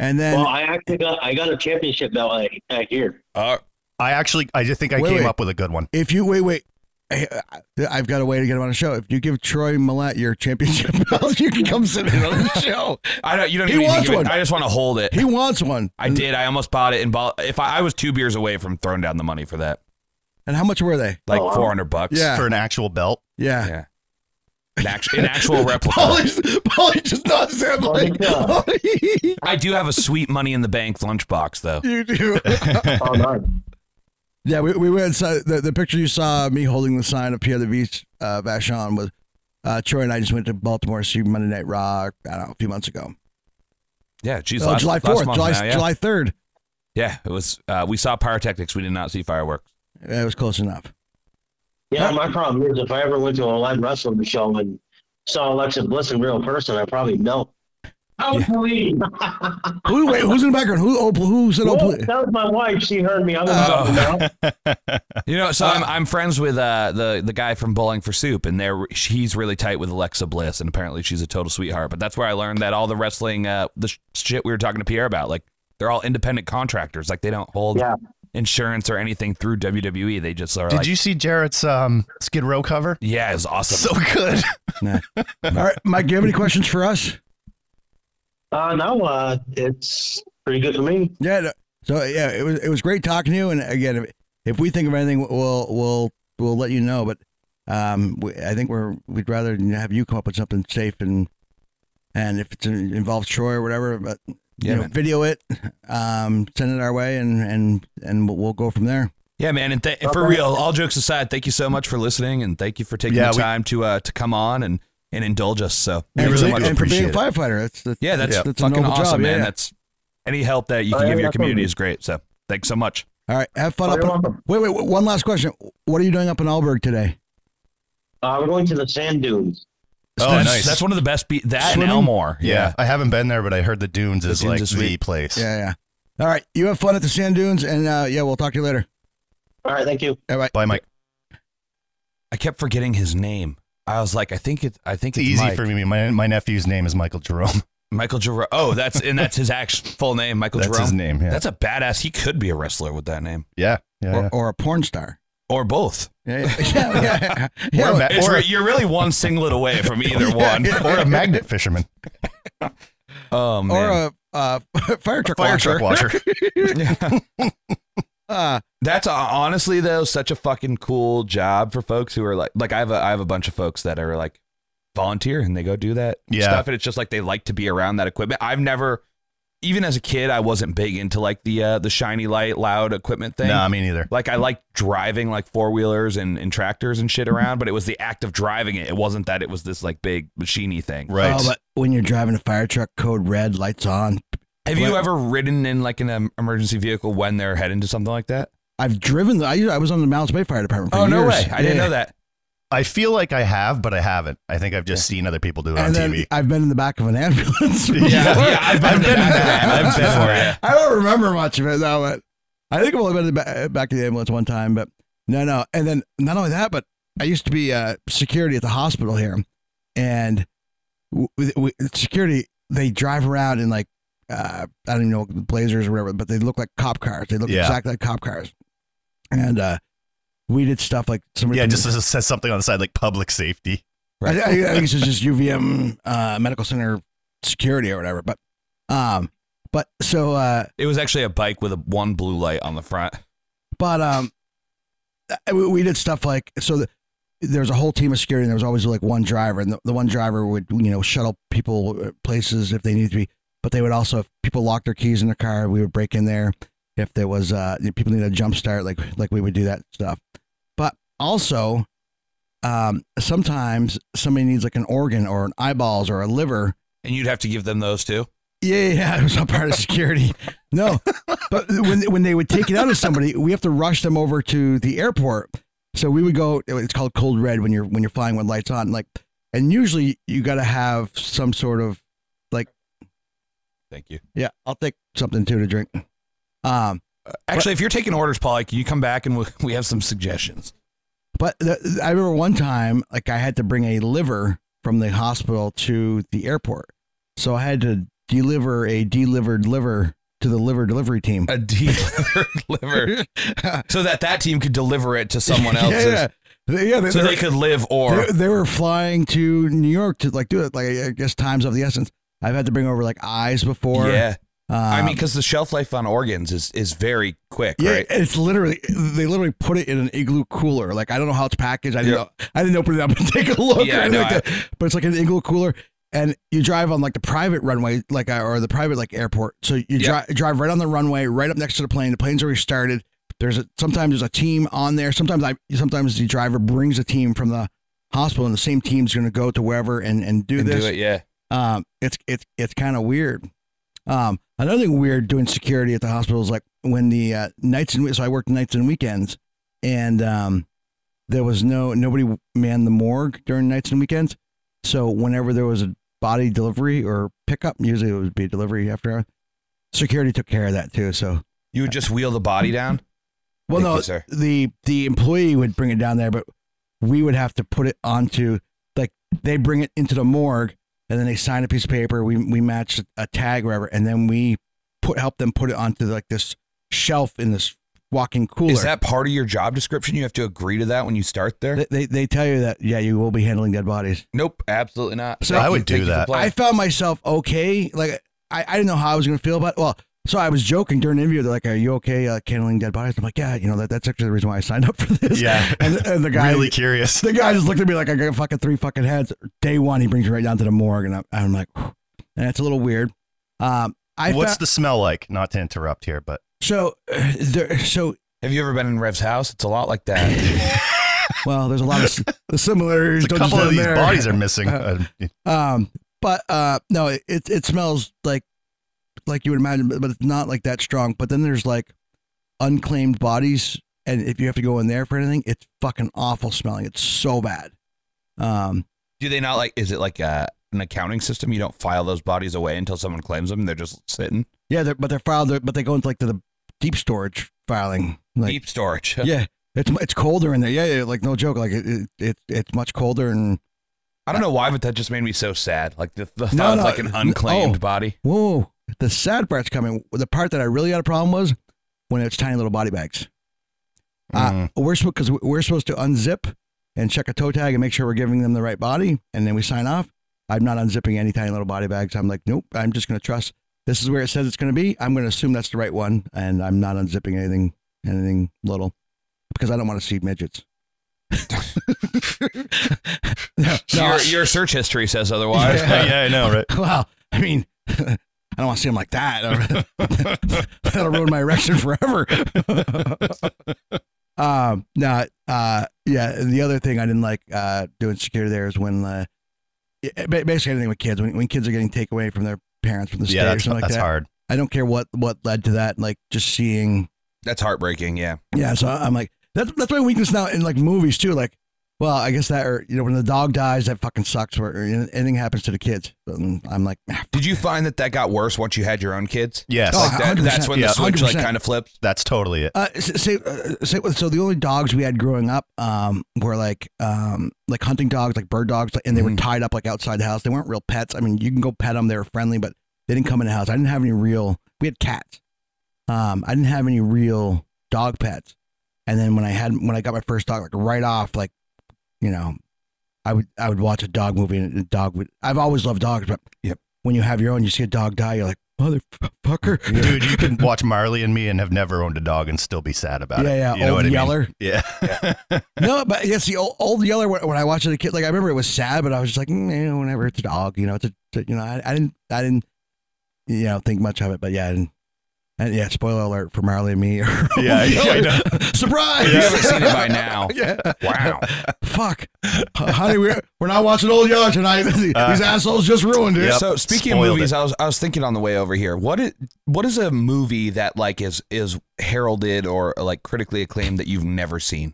And then well, I actually got. I got a championship belt I, I here. Uh, <laughs> I actually, I just think I Wait, came wait. up with a good one. if you wait wait. I- I- I've got a way to get him on a show. If you give Troy Millette your championship belt, <laughs> you can come sit in on the show. I don't. You don't He even need to wants give one. it. I just want to hold it. He wants one. I did. I almost bought it. And bought, if I, I was two beers away from throwing down the money for that, And how much were they? like Oh, wow. 400 bucks. Yeah. for an actual belt. <laughs> Yeah. Yeah. An, actu- an <laughs> actual replica. Polly's, Polly just <laughs> nods at him Oh, like, yeah. I do have a sweet money in the bank lunchbox though. <laughs> you <laughs> do. Oh, nice. Yeah, we, we went inside. The, the picture you saw of me holding the sign of Pierre de Vich, uh, Vachon was uh, Troy and I just went to Baltimore to see Monday Night Rock, I don't know, a few months ago. Yeah. Geez, Oh, last, July last 4th, month July, now, yeah. July 3rd. Yeah, It was. Uh, we saw pyrotechnics. We did not <laughs> see fireworks. It was close enough. Yeah, my problem is if I ever went to a live wrestling show and saw Alexa Bliss in real person, I probably know. Oh, please. <laughs> Who, wait, who's in the background? Who, oh, who said, oh, Well, please? that was my wife. She heard me. I was Oh. up now. You know, so I'm, I'm friends with uh, the the guy from Bowling for Soup, and they're he's really tight with Alexa Bliss, and apparently she's a total sweetheart. But that's where I learned that all the wrestling, uh, the sh- shit we were talking to Pierre about, like they're all independent contractors, like they don't hold Yeah. insurance or anything through WWE. They just are Did like, you see Jarrett's um, Skid Row cover? yeah, it's awesome. So good. All right, Mike, do you have any questions for us? Uh, no, uh, it's pretty good for me. Yeah. no- So, yeah, it was it was great talking to you. And again, if, if we think of anything, we'll we'll we'll let you know. But um, we, I think we're we'd rather have you come up with something safe and and if it involves Troy or whatever, but yeah, you know, man. video it, um, send it our way, and and and we'll- we'll go from there. yeah, man. And th- for real, all jokes aside, thank you so much for listening, and thank you for taking Yeah, the we- time to uh, to come on and and indulge us. So We and, really for, do and for being a appreciate firefighter, that's, that's yeah, that's, Yeah. that's a fucking noble awesome, job, man. Yeah. That's any help that you Oh, can yeah, give your that's what community we- is great. So thanks so much. All right, have fun Oh, up. you're in- welcome. wait, wait, wait, one last question. What are you doing up in Alberg today? Uh, we're going to the sand dunes. Oh, that's, nice. That's one of the best. Be- that Swimming? and Elmore. Yeah. I haven't been there, but I heard the dunes The is dunes like is the sweet. place. Yeah, yeah. All right, you have fun at the sand dunes, and uh, yeah, we'll talk to you later. All right, thank you. All right, Bye, Mike. I kept forgetting his name. I was like, I think it. I think It's it's, easy Mike. for me. My, my nephew's name is Michael Jerome. Michael Jerome. Oh, that's and that's his actual full name, Michael That's Jerome. his name. Yeah. That's a badass. He could be a wrestler with that name, yeah. Yeah. or, yeah. or a porn star. or both. Yeah, <laughs> yeah, <laughs> yeah. yeah, Or a ma- It's or- re- you're really one singlet away from either one. or a magnet fisherman, Oh man. <laughs> or a uh, <laughs> fire truck fire washer. truck washer. <laughs> Uh, That's uh, honestly though such a fucking cool job for folks who are like like I have a I have a bunch of folks that are like volunteer and they go do that Yeah. stuff and it's just like they like to be around that equipment. I've never even as a kid, I wasn't big into like the uh, the shiny light, loud equipment thing. Nah, me neither. Like I liked driving like four wheelers and, and tractors and shit around, but it was the act of driving it. It wasn't that it was this like big machiney thing. Right. Oh, but when you're driving a fire truck, code red, lights on. Have you ever ridden in like an um, emergency vehicle when they're heading to something like that? I've driven. The, I, I was on the Mounts Bay Fire Department. For oh no years. way! I didn't Yeah. know that. I feel like I have, but I haven't. I think I've just seen other people do it on And then TV. I've been in the back of <laughs> an ambulance. <laughs> Yeah. I've I've been in in that. that. I've been <laughs> before, there. yeah. I don't remember much of it though. But I think I've only been in the ba- back of the ambulance one time. But no, no. And then not only that, but I used to be uh, security at the hospital here, and w- w- w- security they drive around in like uh, I don't even know blazers or whatever, but they look like cop cars. They look Yeah. exactly like cop cars, and uh, we did stuff like somebody Yeah, from- just it says something on the side like public safety. <laughs> I, I, I guess it's just UVM uh, Medical Center security or whatever. But, um, but so, uh, It was actually a bike with a one blue light on the front. but um, I- we, we did stuff like so. The, there was a whole team of security, and there was always like one driver, and the, the one driver would you know shuttle people uh, places if they needed to be. But they would also, if people locked their keys in their car, we would break in there. If there was uh, if people needed a jump start, like like we would do that stuff. But also, um, sometimes somebody needs like an organ or an eyeballs or a liver, And you'd have to give them those too. Yeah, yeah, yeah, it was not part of security. No, but when when they would take it out of somebody, we have to rush them over to the airport. So we would go. It's called cold red when you're when you're flying with lights on. Like, and usually you got to have some sort of Thank you. yeah. I'll take something too to drink. Um, Actually, if you're taking orders, Polly, can you come back and we, we have some suggestions? but the, I remember one time, like I had to bring a liver from the hospital to the airport, so I had to deliver a delivered liver to the liver delivery <laughs> team. <laughs> A <laughs> delivered liver, so that that team could deliver it to someone <laughs> else's, Yeah, yeah. yeah they- so they're- they could live. Or they, they were flying to New York to like do it. Like I guess times of the essence. I've had to bring over like eyes before. yeah, Um, I mean, because the shelf life on organs is is very quick, yeah. right? It's literally they literally put it in an igloo cooler. Like I don't know how it's packaged. I didn't. Yeah. Know, I didn't open it up and <laughs> take a look. or Yeah, anything no, like I- that. But it's like an igloo cooler. And you drive on like the private runway, like uh, or the private like airport. So you Yeah. dri- drive right on the runway, right up next to the plane. The plane's already started. There's a, sometimes there's a team on there. Sometimes I sometimes the driver brings a team from the hospital, and the same team's going to go to wherever and and do And this. do it, yeah. um, it's it's it's kind of weird. Um, another thing weird doing security at the hospital is like when the uh, nights and so I worked nights and weekends, and um, there was no nobody manned the morgue during nights and weekends. So whenever there was a body delivery or pickup, usually it would be delivery after hours. Security took care of that too. So You would just wheel the body down. well, Thank no, you, sir. the the employee would bring it down there, but we would have to put it onto like they bring it into the morgue and then they sign a piece of paper. We we match a tag or whatever, and then we put help them put it onto like this shelf in this walking cooler. Is that part of your job description? You have to agree to that when you start there. they, they they tell you that yeah you will be handling dead bodies. nope, absolutely not. So Thank I you. would do Thank you for that. playing. I found myself okay. Like I, I didn't know how I was gonna feel about. Well, so I was joking during the interview. They're like, "Are you okay uh, handling dead bodies?" I'm like, "Yeah, you know that that's actually the reason why I signed up for this." Yeah. <laughs> and, and the guy really curious. The guy just looked at me like I got fucking three fucking heads. Day one, he brings me right down to the morgue, and I'm, I'm like, whew. and it's a little weird. Um, I What's found, the smell like? Not to interrupt here, but so <sighs> uh, there, so Have you ever been in Rev's house? It's a lot <laughs> like that. well. There's a lot <laughs> of s- the similarities. a don't couple just of end these there. bodies are missing. Uh, <laughs> Um, but uh, no, it it smells like like you would imagine, but, but it's not like that strong. But then there's like unclaimed bodies, and if you have to go in there for anything, it's fucking awful smelling. It's so bad. Um, do they not like? Is it like a, an accounting system? You don't file those bodies away until someone claims them. They're just sitting yeah, they're, but they're filed, they're, but they go into like to the deep storage filing, like deep storage. yeah, it's mu- it's colder in there. Yeah, yeah like no joke. Like it, it, it it's much colder and I don't know why, but that just made me so sad. Like the, the thought No, of no, like an n- unclaimed oh. body. whoa. The sad part's coming. The part that I really had a problem was when it's tiny little body bags. Mm. Uh, we're supposed because we're supposed to unzip and check a toe tag and make sure we're giving them the right body, and then we sign off. I'm not unzipping any tiny little body bags. I'm like, nope. I'm just going to trust. This is where it says it's going to be. I'm going to assume that's the right one, and I'm not unzipping anything, anything little, because I don't want to see midgets. <laughs> no, no, Your, your search history says otherwise. <laughs> yeah, I know, right? Well, I mean, I don't want to see him like that. <laughs> That'll ruin my erection forever. <laughs> um, no, uh, yeah. and The other thing I didn't like uh, doing security there is when uh, it- ba- basically anything with kids when, when kids are getting taken away from their parents from the state yeah, or that's, something like that's that. hard. I don't care what what led to that. Like just seeing That's heartbreaking. Yeah. yeah, so I'm like, that's that's my weakness now in like movies too. Like, well, I guess that or you know when the dog dies, that fucking sucks. Where or anything happens to the kids, Um, I'm like, <laughs> ah, Did you find that that got worse once you had your own kids? Yes, Oh, Like that, 100%, that's when yeah. the switch like 100%. kind of flipped. that's totally <laughs> it. Uh, s- say, uh, say, so the only dogs we had growing up um, were like um, like hunting dogs, like bird dogs, and they were Mm-hmm. Mhm. tied up like outside the house. They weren't real pets. I mean, you can go pet them; they were friendly, but they didn't come in the house. I didn't have any real. We had cats. Um, I didn't have any real dog pets. And then when I had when I got my first dog, like right off, like you know, I would I would watch a dog movie and the dog would. I've always loved dogs, but Yep. when you have your own, you see a dog die, you're like motherfucker. Dude, you can watch Marley and me and have never owned a dog and still be sad about it. <laughs> yeah, You yeah, know old what I mean? yeller. Yeah. no, but yes, the old, old Yeller. When, when I watched it as a kid, like I remember it was sad, but I was just like, mm, you know, whenever it's a dog, you know, it's a, it's a- you know, I, I didn't, I didn't, you know, think much of it. But yeah, and, and yeah, spoiler alert for Marley and me. <laughs> yeah, Yeah, yeah, I know. surprise! If you haven't seen it by now, <laughs> Yeah. wow. <laughs> Fuck, honey, we're we're not watching Old Yeller tonight. <laughs> These Uh, assholes just ruined it. Yep. So speaking Spoiled of movies, it. I was I was thinking on the way over here. What is what is a movie that like is is heralded or uh, like critically acclaimed that you've never seen?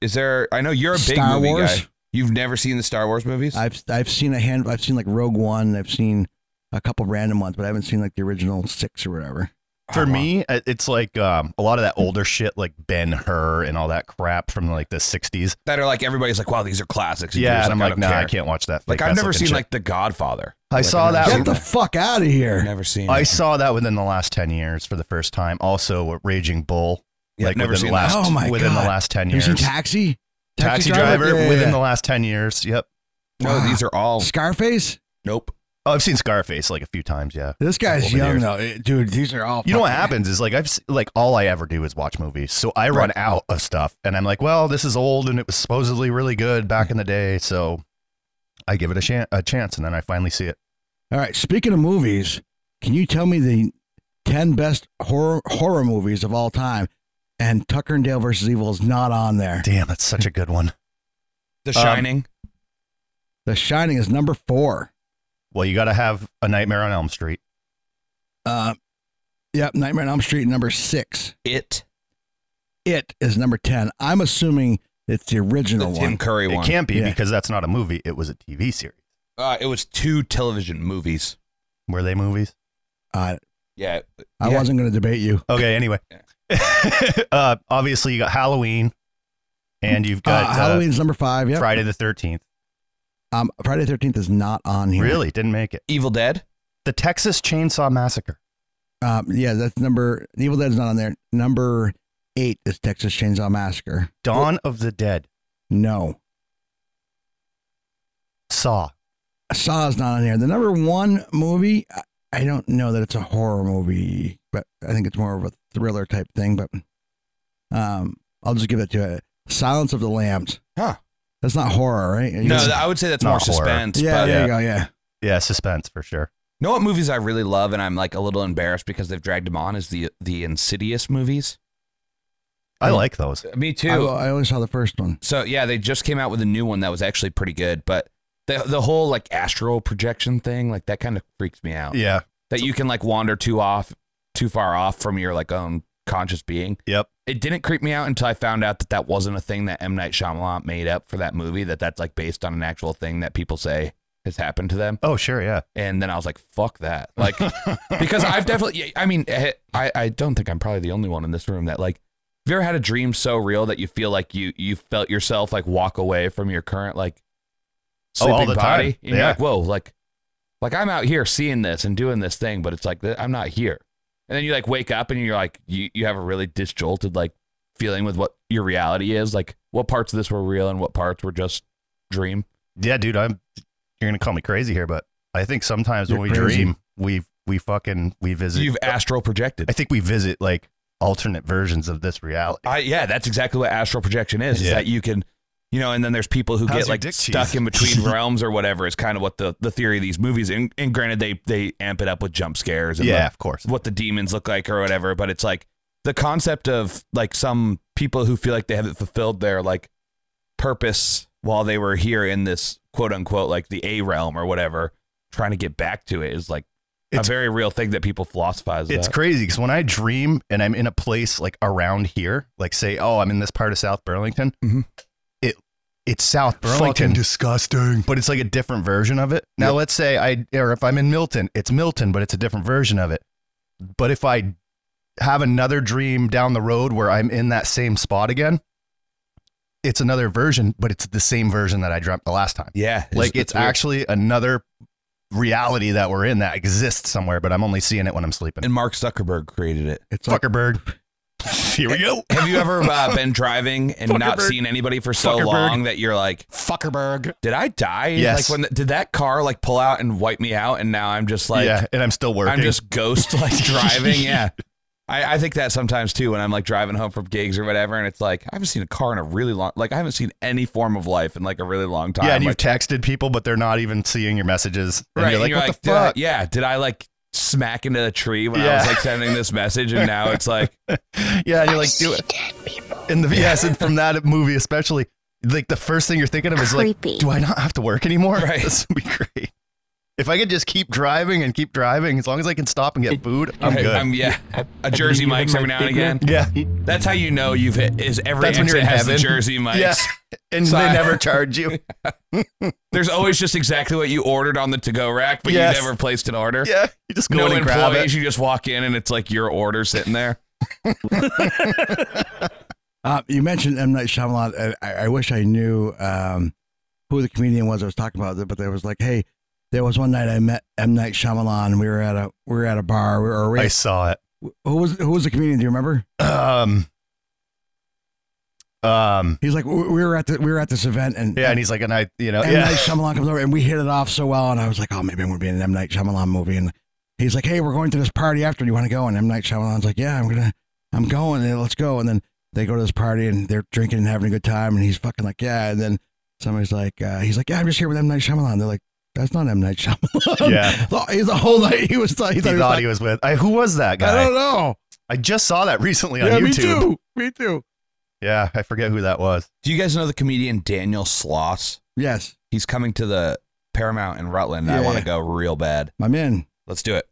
Is there? I know you're a big Star movie Wars? guy. You've never seen the Star Wars movies? I've I've seen a hand. I've seen like Rogue One. I've seen a couple random ones, but I haven't seen like the original six or whatever. For Oh, wow. me, I- it's like um, a lot of that older shit, like Ben Hur and all that crap from like the '60s. that are like everybody's like, wow, these are classics. Yeah, you're just and I'm like, don't nah, I care." can't watch that. Like fake I've ass never looking seen shit. like The Godfather. I Like, saw I've never that seen Get the fuck out of here! Never seen. I it. saw that within the last ten years for the first time. Also, with Raging Bull, Yeah, like never within seen the last, that. Oh my within God. the last ten Have you years. seen Taxi? Taxi Driver within the last ten years. Yep. Ah. No, these are all. Scarface. Nope. Oh, I've seen Scarface like a few times. Yeah. This guy's Over the young years. though, Eh, dude. These are all. You know what fucking- happens is like I've s- like all I ever do is watch movies, so I run out of stuff, and I'm like, well, this is old and it was supposedly really good back in the day, so I give it a, chan- a chance, and then I finally see it. All right. Speaking of movies, can you tell me the ten best horror horror movies of all time? And Tucker and Dale versus Evil is not on there. Damn, that's such a good one. The Um, Shining. The Shining is number four. Well, you got to have a Nightmare on Elm Street. Uh, yep. Nightmare on Elm Street number six. it. It is number ten. I'm assuming it's the The original Tim one. Curry It one. can't be Yeah. because that's not a movie; it was a TV series. Uh, it was two television movies. Were they movies? Uh, Yeah. I Yeah. wasn't going to debate you. Okay, anyway. <laughs> uh, obviously, you got Halloween, and you've Uh, got uh, Halloween's number five. Yep. Friday the Thirteenth. Um, Friday the Thirteenth is not on here. Really, didn't make it. Evil Dead. The Texas Chainsaw Massacre. Um, yeah, that's number Evil Dead's not on there. Number eight is Texas Chainsaw Massacre. Dawn of the Dead. No, Saw. Saw's not on here. The number one movie, I, I don't know that it's a horror movie, but I think it's more of a thriller type thing. But um, I'll just give it to it. Silence of the Lambs. Huh. That's not horror, right? No, It's- I would say that's Not more horror. suspense. yeah, but there you go. Yeah, Yeah, suspense for sure. You know what movies I really love and I'm like a little embarrassed because they've dragged them on is the the Insidious movies. I like those. Me too. I, I only saw the first one. so yeah, they just came out with a new one that was actually pretty good, but the the whole like astral projection thing, like that kind of freaks me out. Yeah. That you can like wander too off too far off from your like own conscious being. Yep. It didn't creep me out until I found out that that wasn't a thing that M Night Shyamalan made up for that movie that that's like based on an actual thing that people say has happened to them. Oh, sure. Yeah. and then I was like, "Fuck that!" <laughs> Like, because I've definitely, I mean, eh, I I don't think I'm probably the only one in this room that like, have you ever had a dream so real that you feel like you you felt yourself like walk away from your current like Oh, sleeping all the time. body? And you're Yeah. like, "Whoa!" Like, like I'm out here seeing this and doing this thing, but it's like th- I'm not here. And then you like wake up and you're like, you you have a really disjolted like feeling with what your reality is, like what parts of this were real and what parts were just dream. Yeah, dude. I'm. You're gonna call me crazy here, but I think sometimes You're when we crazy. dream, we we fucking we visit. You've astral projected. I think we visit like alternate versions of this reality. I, yeah, that's exactly what astral projection is. Is Yeah. that you can You know, and then there's people who How's get your like dick cheese? stuck <laughs> in between realms or whatever. Is kind of what the, the theory of these movies. And, and granted, they they amp it up with jump scares. And yeah, the- of course. what the demons look like or whatever. But it's like the concept of like some people who feel like they haven't fulfilled their like purpose while they were here in this quote unquote like the A realm or whatever, trying to get back to it is like It's- a very real thing that people philosophize It's about. crazy because when I dream and I'm in a place like around here, like say, oh, I'm in this part of South Burlington, Mhm. it it's South Burlington, disgusting. but it's like a different version of it. Now, let's say I or if I'm in Milton, it's Milton, but it's a different version of it. But if I have another dream down the road where I'm in that same spot again, it's another version, but it's the same version that I dreamt the last time. yeah. like it's weird. actually another reality that we're in that exists somewhere, but I'm only seeing it when I'm sleeping. and Mark Zuckerberg created it. It's like, Zuckerberg. Here we go. Have you ever <laughs> uh, been driving and not seen anybody for so Fuckerberg. long that you're like, Fuckerberg. did I die? Yes. Like when the, did that car like pull out and wipe me out? And now I'm just like, yeah, and I'm still working. I'm just <laughs> ghost like driving. Yeah. I, I think that sometimes too when I'm like driving home from gigs or whatever, and it's like I haven't seen a car in a really long, like I haven't seen any form of life in like a really long time. yeah, and you've like, texted people, but they're not even seeing your messages. And right, you're like, and you're what like, the did I- fuck? yeah, did I like smack into a tree when I Yeah. was like sending this message, and now it's like Yeah, and you're like, do it. And the yes, and from that movie especially, like the first thing you're thinking of is Creepy. like, do I not have to work anymore? <laughs> Right. This would be great. If I could just keep driving and keep driving, as long as I can stop and get food, <laughs> I'm okay, good. I'm yeah, a Jersey Mike's every now and again. yeah, That's how you know you've hit is every That's when you're exit in has the heaven. Jersey Mike's. yeah, and Sorry. they never charge you. <laughs> There's always just exactly what you ordered on the to go rack, but Yes. you never placed an order. Yeah, you just go no in and grab it. employees. You just walk in and it's like your order sitting there. uh, you mentioned M Night Shyamalan. and I, I wish I knew um, who the comedian was I was talking about, but there was like, hey, there was one night I met M Night Shyamalan. We were at a we were at a bar. We were, I we saw it. who was who was the comedian? Do you remember? Um, um, He's like, we we were at the, we were at this event, and yeah, and he's like, and I, you know, M Oh, yeah, Night Shyamalan comes over, and we hit it off so well. And I was like, oh, maybe I'm gonna be in an M Night Shyamalan movie. And he's like, hey, we're going to this party after. Do you want to go? And M Night Shyamalan's like, yeah, I'm gonna, I'm going. And let's go. And then they go to this party, and they're drinking and having a good time. And he's fucking like, yeah. And then somebody's like, uh, he's like, yeah, I'm just here with M Night Shyamalan. They're like, that's not M Night Shyamalan. <laughs> Yeah. So he's the whole night he was thought <laughs> he he thought he was. thought like, he was with. I, who was that I guy? don't know. I just saw that recently on yeah, me YouTube. too. Me too. Yeah, I forget who that was. Do you guys know the comedian Daniel Sloss? Yes, He's coming to the Paramount in Rutland. and I Yeah. want to go real bad. I'm in. Let's do it.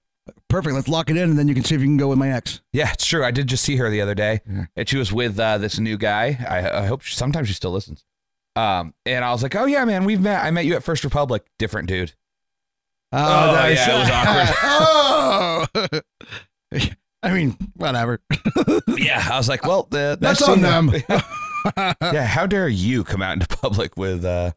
Perfect. Let's lock it in, and then you can see if you can go with my ex. Yeah, it's true. I did just see her the other day, Yeah. and she was with uh, this new guy. I, I hope she, sometimes she still listens. Um, and I was like, "Oh yeah, man, we've met. I met you at First Republic. Different dude. Oh, yeah, it was awkward. <laughs> awkward. oh, <laughs> I mean, whatever. Yeah, I was like, well, the, That's I've on seen them. that. <laughs> yeah, how dare you come out into <laughs> public with uh,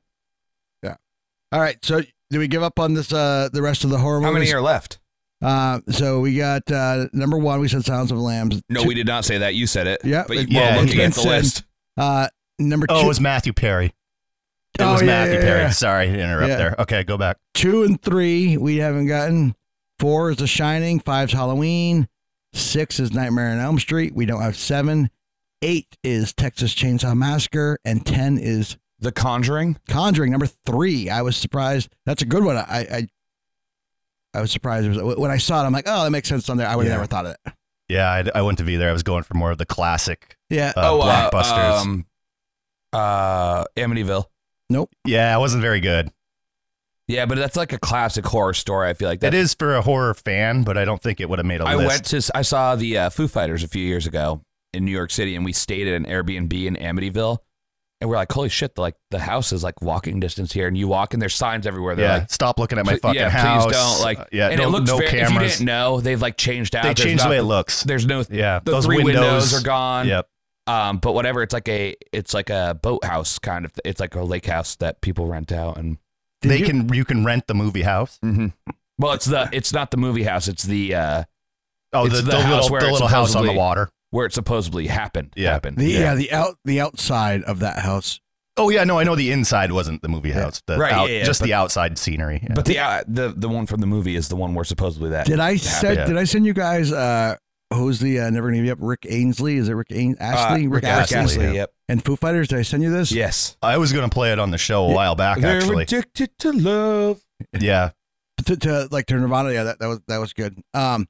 All right, so do we give up on this? Uh, the rest of the horror how movies? many are left? Uh, so we got uh, number one. We said Sounds of Lambs. No, Two- we did not say that. You said it. Yeah, but you, it- yeah, it's well, looking been at the said. list, Uh, number two, Oh, it was Matthew Perry. It Oh, was yeah, Matthew yeah, Perry. yeah. Sorry to interrupt Yeah. there. Okay, go back. two and three we haven't gotten. Four is The Shining. Five's Halloween. Six is Nightmare on Elm Street. We don't have seven. Eight is Texas Chainsaw Massacre, and ten is The Conjuring. Conjuring number three. I was surprised. That's a good one. I I, I was surprised it was, when I saw it. I'm like, oh, that makes sense on there. I would have Yeah. never thought of it. Yeah, I, I wouldn't have either. I was going for more of the classic Yeah. uh, uh, blockbusters. um, uh, Amityville. yeah, it wasn't very good. Yeah, but that's like a classic horror story. I feel like that. It is for a horror fan, but I don't think it would have made a I list. went to I saw the uh, Foo Fighters a few years ago in New York City, and we stayed at an Airbnb in Amityville, and we're like, holy shit! The, like the house is like walking distance here, and you walk, and there's signs everywhere. They're yeah, like. stop looking at my "Pl- fucking yeah, house. please don't like. Uh, yeah, and no, it looks no very, If you cameras. didn't know, they've like changed out. they There's changed the way it nothing- looks. There's no. Yeah, The those three windows. windows are gone. Yep. Um, but whatever. It's like a. It's like a boathouse kind of. It's like a lake house that people rent out, and they can. You can rent the movie house. well, it's the. It's not the movie house. It's the. uh Oh, It's the, the the house little, where the it little house on the supposedly- water. where it supposedly happened. Yeah. Happened. The, uh, yeah. the out the outside of that house. Oh yeah, no, I know the inside wasn't the movie Yeah. house. The Right, out- yeah, yeah, just but- the outside scenery. yeah. But the uh, the the one from the movie is the one where supposedly that. Did I send yeah. Did I send you guys uh, who's the uh, Never Gonna Give You Up? Rick Ainsley? Is it Rick Ain- Astley? uh, Rick Astley, Astley, yep. And Foo Fighters? Did I send you this? Yes. I was going to play it on the show a while back, actually. addicted to love. Yeah. To, to like to Nirvana. Yeah, that, that was that was good. Um,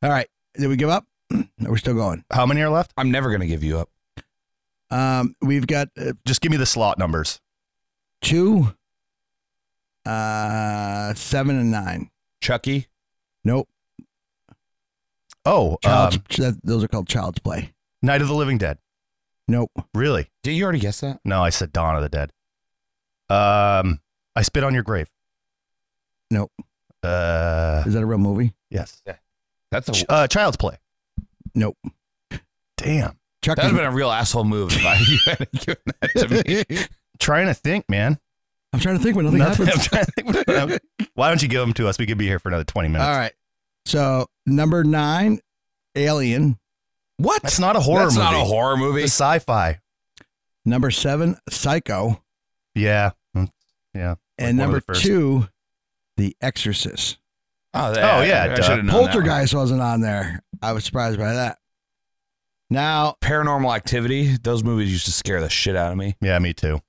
all right. Did we give up? <clears throat> Are we still going? How many are left? I'm never gonna give you up. Um, we've got uh, Just give me the slot numbers. two, uh, seven and nine. Chucky. Nope. Oh, um, Child's, ch- that, those are called Child's Play. Night of the Living Dead. Nope. Really? Did you already guess that? No, I said Dawn of the Dead. Um, I spit on your grave. Nope. Uh, Is that a real movie? yes. That's a Ch- uh, Child's Play. Nope. Damn. Chuck. that'd is- have been a real asshole move if I <laughs> you had given that to me. <laughs> Trying to think, man. I'm trying to think when nothing Nothing. <laughs> I'm happens. trying to think what- Why don't you give them to us? We could be here for another 20 minutes. All right. So number nine, Alien. What? That's not a horror That's movie. not a horror movie. It's sci-fi. Number seven, Psycho. Yeah. Mm. and one of number the first. two, The Exorcist. Oh, Oh, yeah, I, duh. should have known that one. Poltergeist wasn't on there. I was surprised by that. Now, Paranormal Activity. Those movies used to scare the shit out of me. Yeah, me too.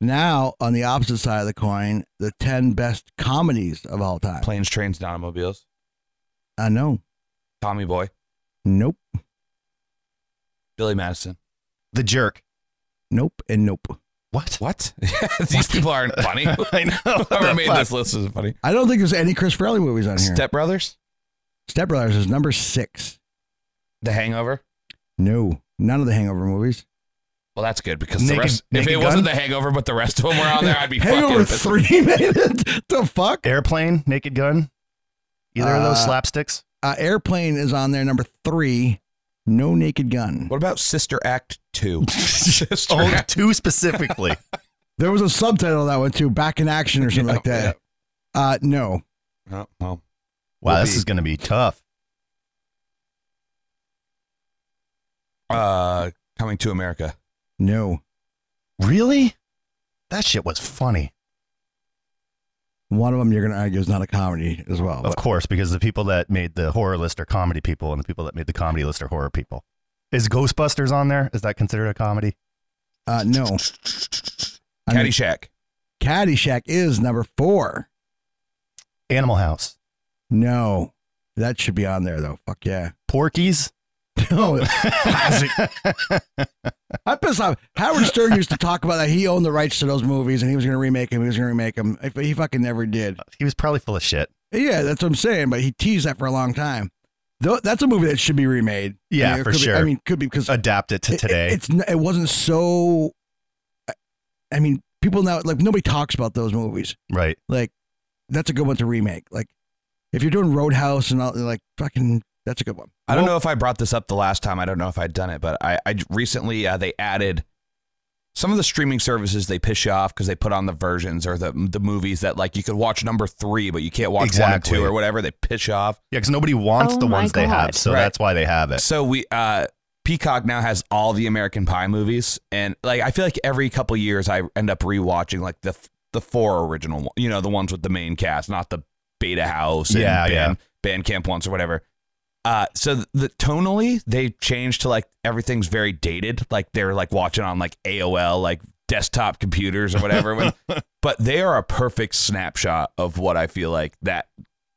now on the opposite side of the coin, the ten best comedies of all time. Planes, Trains, and Automobiles. I know. Tommy Boy. Nope. Billy Madison. The Jerk. Nope. And nope. What? What? <laughs> These people aren't funny. <laughs> I know. <laughs> Whoever made Fuck. this list is funny. I don't think there's any Chris Farley movies on here. Step Brothers. Step Brothers is number six. The Hangover. No, none of the Hangover movies. Well, that's good because the Naked- rest, if Naked it wasn't the Gun? Hangover, but the rest of them were on there, <laughs> I'd be Hangover fucking pissed. three <laughs> minutes. the fuck? Airplane, Naked Gun. Either of those Uh, slapsticks. Uh, Airplane is on there. Number three. No Naked Gun. What about Sister Act <laughs> Two? <laughs> Sister Oh, Act. two specifically. There was a subtitle to that one too. Back in action or something <laughs> Yeah, like that. Uh, no. Oh, well, Wow, Will this be. is going to be tough. uh, Coming to America. No. Really? That shit was funny. One of them you're gonna argue is not a comedy as well. Of but- course, because the people that made the horror list are comedy people, and the people that made the comedy list are horror people. Is Ghostbusters on there? Is that considered a comedy? Uh, <laughs> no. I mean, Caddyshack. Caddyshack is number four. Animal House, No. That should be on there though. Fuck yeah. <laughs> Porkies. No. I'm pissed off. Howard Stern used to talk about that. He owned the rights to those movies and he was gonna remake them. He was gonna remake them. He fucking never did. <laughs> he was probably full of shit. Yeah, that's what I'm saying. But he teased that for a long time. Though that's a movie that should be remade. Yeah, it for could be- I sure. mean, could be because Adapt it to It- it- today. it's n- it wasn't so. I- I mean, people now like nobody talks about those movies. right. Like, that's a good one to remake. Like, if you're doing Roadhouse and all, like fucking, that's a good one. I don't know if I brought this up the last time. I don't know if I'd done it, but I, I recently uh, they added some of the streaming services. They piss you off because they put on the versions or the the movies that like you could watch number three, but you can't watch Exactly. one and two or whatever. They piss you off. Yeah, because nobody wants Oh the my ones they have, God. so Right. that's why they have it. So we uh Peacock now has all the American Pie movies and like I feel like every couple years I end up rewatching like the the four original, one- you know, the ones with the main cast, not the Beta House and Yeah, Band, Bandcamp once or whatever. Uh so the tonally they changed to like everything's very dated, like they're like watching on like AOL like desktop computers or <laughs> whatever. When- but they are a perfect snapshot of what I feel like that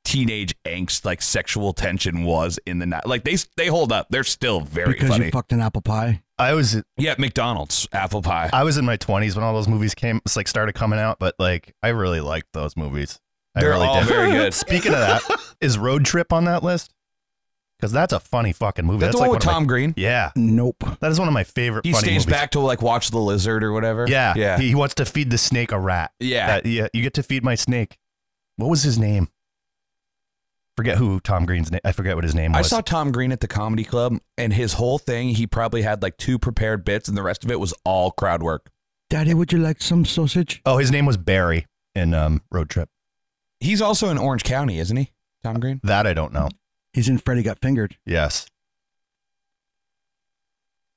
teenage angst, like sexual tension was in the night. Like they they hold up. They're still very because funny. you fucked an apple pie. I was yeah, McDonald's apple pie. I was in my twenties when all those movies came, it's like started coming out, but like I really liked those movies. I They're really all did. very <laughs> good. Speaking of <laughs> that, is Road Trip on that list? Because that's a funny fucking movie. That's, the like one with one of Tom Green. My, yeah, Nope. that is one of my favorite. He funny movies. stays back to like watch the lizard or whatever. Yeah, yeah, He, he wants to feed the snake a rat. yeah. That- yeah, you get to feed my snake. What was his name? Forget who Tom Green's name. I forget what his name I was. saw Tom Green at the comedy club, and his whole thing, he probably had like two prepared bits, and the rest of it was all crowd work. Daddy, would you like some sausage? oh, his name was Barry in um, Road Trip. He's also in Orange County, isn't he? Tom Green. That I don't know. He's in Freddy Got Fingered, Yes. <laughs>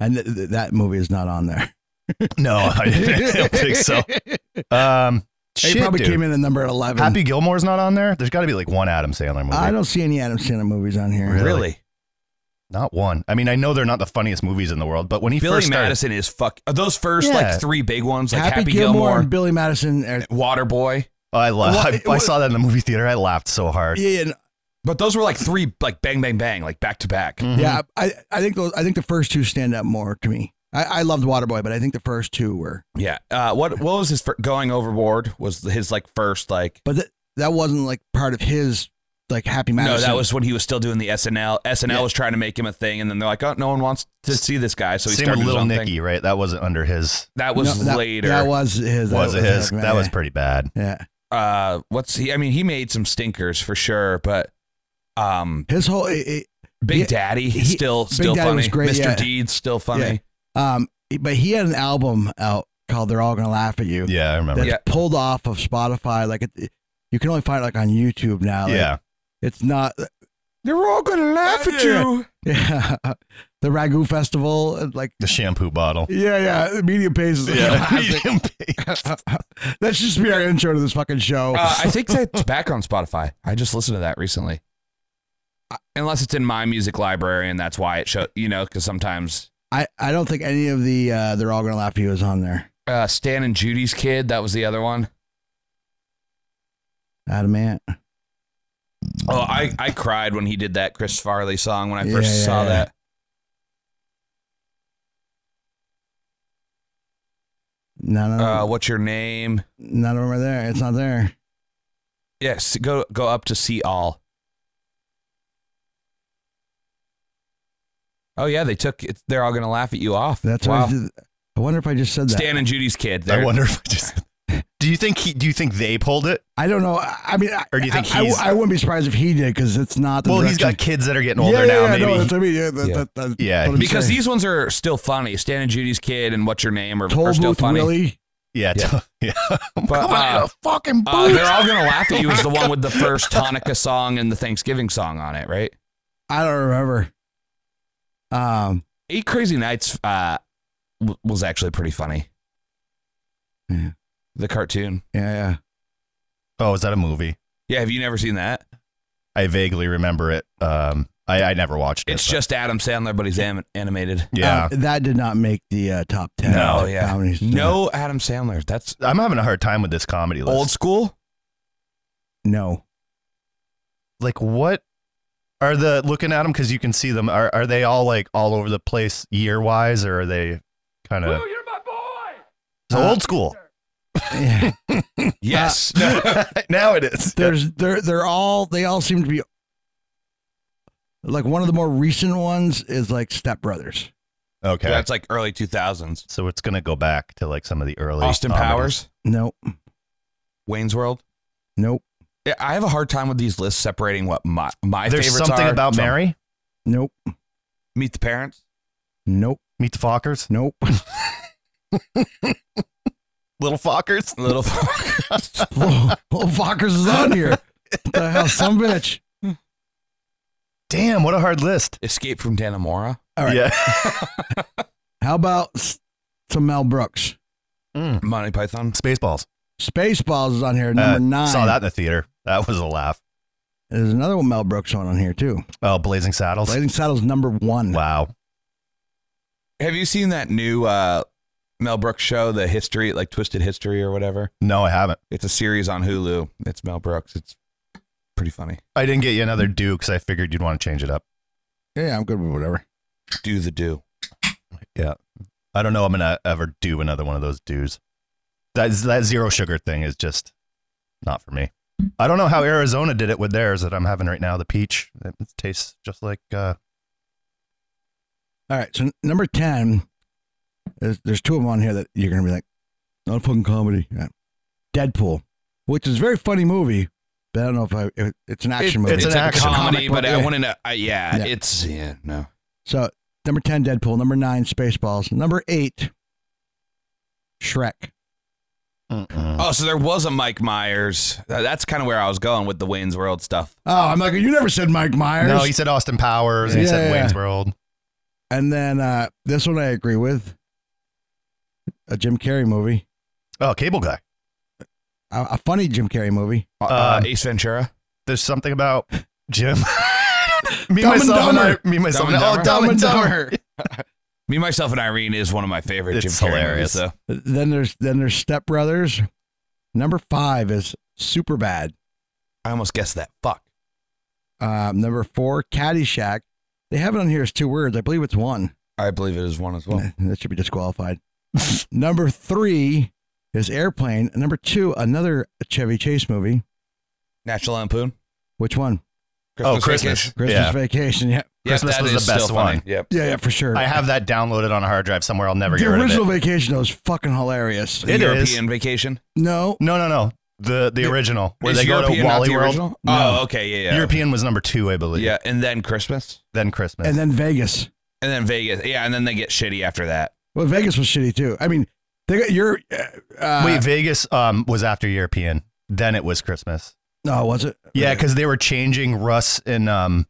and th- th- that movie is not on there. No, <laughs> I <laughs> don't think <laughs> <laughs> so. Um, He shit, probably dude. came in at number eleven. Happy Gilmore's not on there. There's got to be like one Adam Sandler movie. I don't see any Adam Sandler movies on here. Really? Really? Not one. I mean, I know they're not the funniest movies in the world, but when he Billy first started, Madison is fuck. uh, Those first Yeah. like three big ones, like Happy, Gilmore Gilmore, and Billy Madison. er, Are, Waterboy. I Well, laughed. <laughs> it I was- saw that in the movie theater. I laughed so hard. yeah, and- But those were like three, like bang, bang, bang, like back to back. Mhm. yeah. I, I think those. I think the first two stand out more to me. I, I loved Waterboy, but I think the first two were. Yeah. Uh, what what was his fir- going overboard? Was his like first like? But that that wasn't like part of his like Happy Madison. No, that was when he was still doing the SNL. SNL Yeah. was trying to make him a thing, and then they're like, "Oh, no one wants to see this guy," so he Same with started his Little own Nicky, thing. right? That wasn't under his. That was No, that- later. That was his. was it his? Happy That was Madison. pretty bad. Yeah. uh, what's he? I mean, he made some stinkers for sure, but um, His whole it, it, Big Yeah, Daddy he- still Big still Daddy funny. was great, Mr. yeah. Deed's still funny. Yeah. um, but he had an album out called "They're All Gonna Laugh at You." Yeah, I remember. that's Yeah. Yeah. pulled off of Spotify. Like it, it- you can only find it like on YouTube now. Like, it's not. <laughs> They're all gonna laugh at you. Yeah, the Ragu Festival. and, Like the shampoo bottle. yeah, yeah. The media <laughs> pays. Is <laughs> yeah. Medium pink. <laughs> that should just be our intro to this fucking show. Uh, <laughs> I think that's back on Spotify. I just listened to that recently. I- Unless it's in my music library, and that's why it show. You know, because sometimes <laughs> I, I don't think any of the uh, "They're All Gonna Laugh at You" is on there. uh, Stan and Judy's kid. That was the other one. Adamant. Oh, I, I cried when he did that Chris Farley song when I Yeah, first yeah, saw yeah. that. None of Uh, what's your name? none of them are there. It's not there. Yes, go go up to see all. Oh yeah, they took. It's, they're all gonna laugh at you off. That's wow. why. I, did- I wonder if I just said that. Stan and Judy's kid. I They're- wonder if I just. <laughs> Do you think he? Do you think they pulled it? I don't know. I I mean, I- Or do you think I, I- he's- I wouldn't be surprised if he did because it's not. The Well, he's got direction- kids that are getting older yeah, now. yeah, maybe. No, that's what I mean. Yeah, that, Yeah. that- that's Yeah, what I'm because saying. these ones are still funny. Stan and Judy's kid and what's your name are, are Toll still Booth funny. Willie. yeah, Yeah. <laughs> yeah. I'm But, coming out uh, of fucking Uh, boots. they're all gonna laugh at you is the one with the first Hanukkah song and the Thanksgiving song on it, right? I don't remember. Um, Eight Crazy Nights uh, w- was actually pretty funny. Yeah. The cartoon. yeah, Um, oh, is that a movie? Yeah, have you never seen that? I vaguely remember it. Um, I, I never watched it. It's but- just Adam Sandler, but he's am- animated. yeah. Uh, that did not make the uh, top ten. No, of yeah. comedies. No Adam Sandler. That's I'm having a hard time with this comedy list. old school. no. like what are the looking at them because you can see them are, are they all like all over the place year wise or are they kind of so Uh, old school <laughs> Yeah. Yes. now it is There's they're they're all they all seem to be like one of the more recent ones is like Step Brothers. okay That's like early 2000s. so it's gonna go back to like some of the early Austin comedies. Powers, Nope, Wayne's World. nope, Yeah, I have a hard time with these lists separating what my, my there's favorites something are about from mary nope, Meet the Parents. nope, meet the fockers nope. <laughs> little fockers Little Little Fockers is on here. What the hell, some bitch. damn what a hard list <laughs> Escape from Danamora. All right. yeah How about s- some Mel Brooks? Mm. Monty Python. spaceballs Spaceballs is on here, Uh, number nine. saw that in the theater that was a laugh There's another one Mel Brooks one on here too. oh blazing saddles Blazing Saddles number one. wow Have you seen that new uh, Mel Brooks show, the history, like Twisted History or whatever? no i haven't It's a series on Hulu. It's Mel Brooks. It's pretty funny. i didn't get you another do because i figured you'd want to change it up Yeah, I'm good with whatever. Do the do. I don't know. I'm gonna ever do another one of those dues. That that zero sugar thing is just not for me. I don't know how Arizona did it with theirs that I'm having right now. The peach, it tastes just like. Uh, All right, so n- number ten. There's, there's two of them on here that you're gonna be like, not a fucking comedy. Yeah. Deadpool, which is a very funny movie, but I don't know if I. It, it's an action movie. It's an a action comedy, comic but book, I yeah. wanted to. I yeah, Yeah. it's yeah, no. So number ten, Deadpool. Number nine, Spaceballs. Number eight, Shrek. Oh, so there was a Mike Myers. Uh, That's kind of where I was going with the Wayne's World stuff. Oh, I'm like, you never said Mike Myers. no, he said Austin Powers. and he Yeah, said yeah, Wayne's yeah. World. And then uh, this one I agree with. A Jim Carrey movie. Oh, Cable Guy. A, a funny Jim Carrey movie. Uh, Um, Ace Ventura. There's something about Jim. <laughs> me, Dumb and myself, and I, Dumber. me, myself, <laughs> Dumb and and oh, Dumber. Dumb and Dumber. <laughs> Me, myself, and Irene is one of my favorite It's Jim Carrey hilarious. movies, though. Then there's then there's Step Brothers. Number five is Super Bad. I almost guessed that. Fuck. Um, number four, Caddyshack. They have it on here as two words. I believe it's one. I believe it is one <laughs> as well. <laughs> That should be disqualified. <laughs> number three is Airplane. Number two, another Chevy Chase movie. National Lampoon. Which one? Oh, Vacation. Christmas. Christmas Yeah. Vacation. Yeah. Yep, Christmas that was the is still best funny. one. Yep. Yeah, yeah, for sure. I have that downloaded on a hard drive somewhere. I'll never the get rid of it. original Vacation though is fucking hilarious. It is. European Vacation. No, No, no, no. The the original where Is they go European to not Wally the World. original? Oh, okay. Yeah, yeah. European was number two, I believe. Yeah, and then Christmas, Then Christmas. and then Vegas. and then Vegas. Yeah, and then they get shitty after that. Well, Vegas was shitty too. I mean, they got your. Uh, Wait, Vegas um, was after European. Then it was Christmas. no, was it? Yeah, because they were changing Russ and um,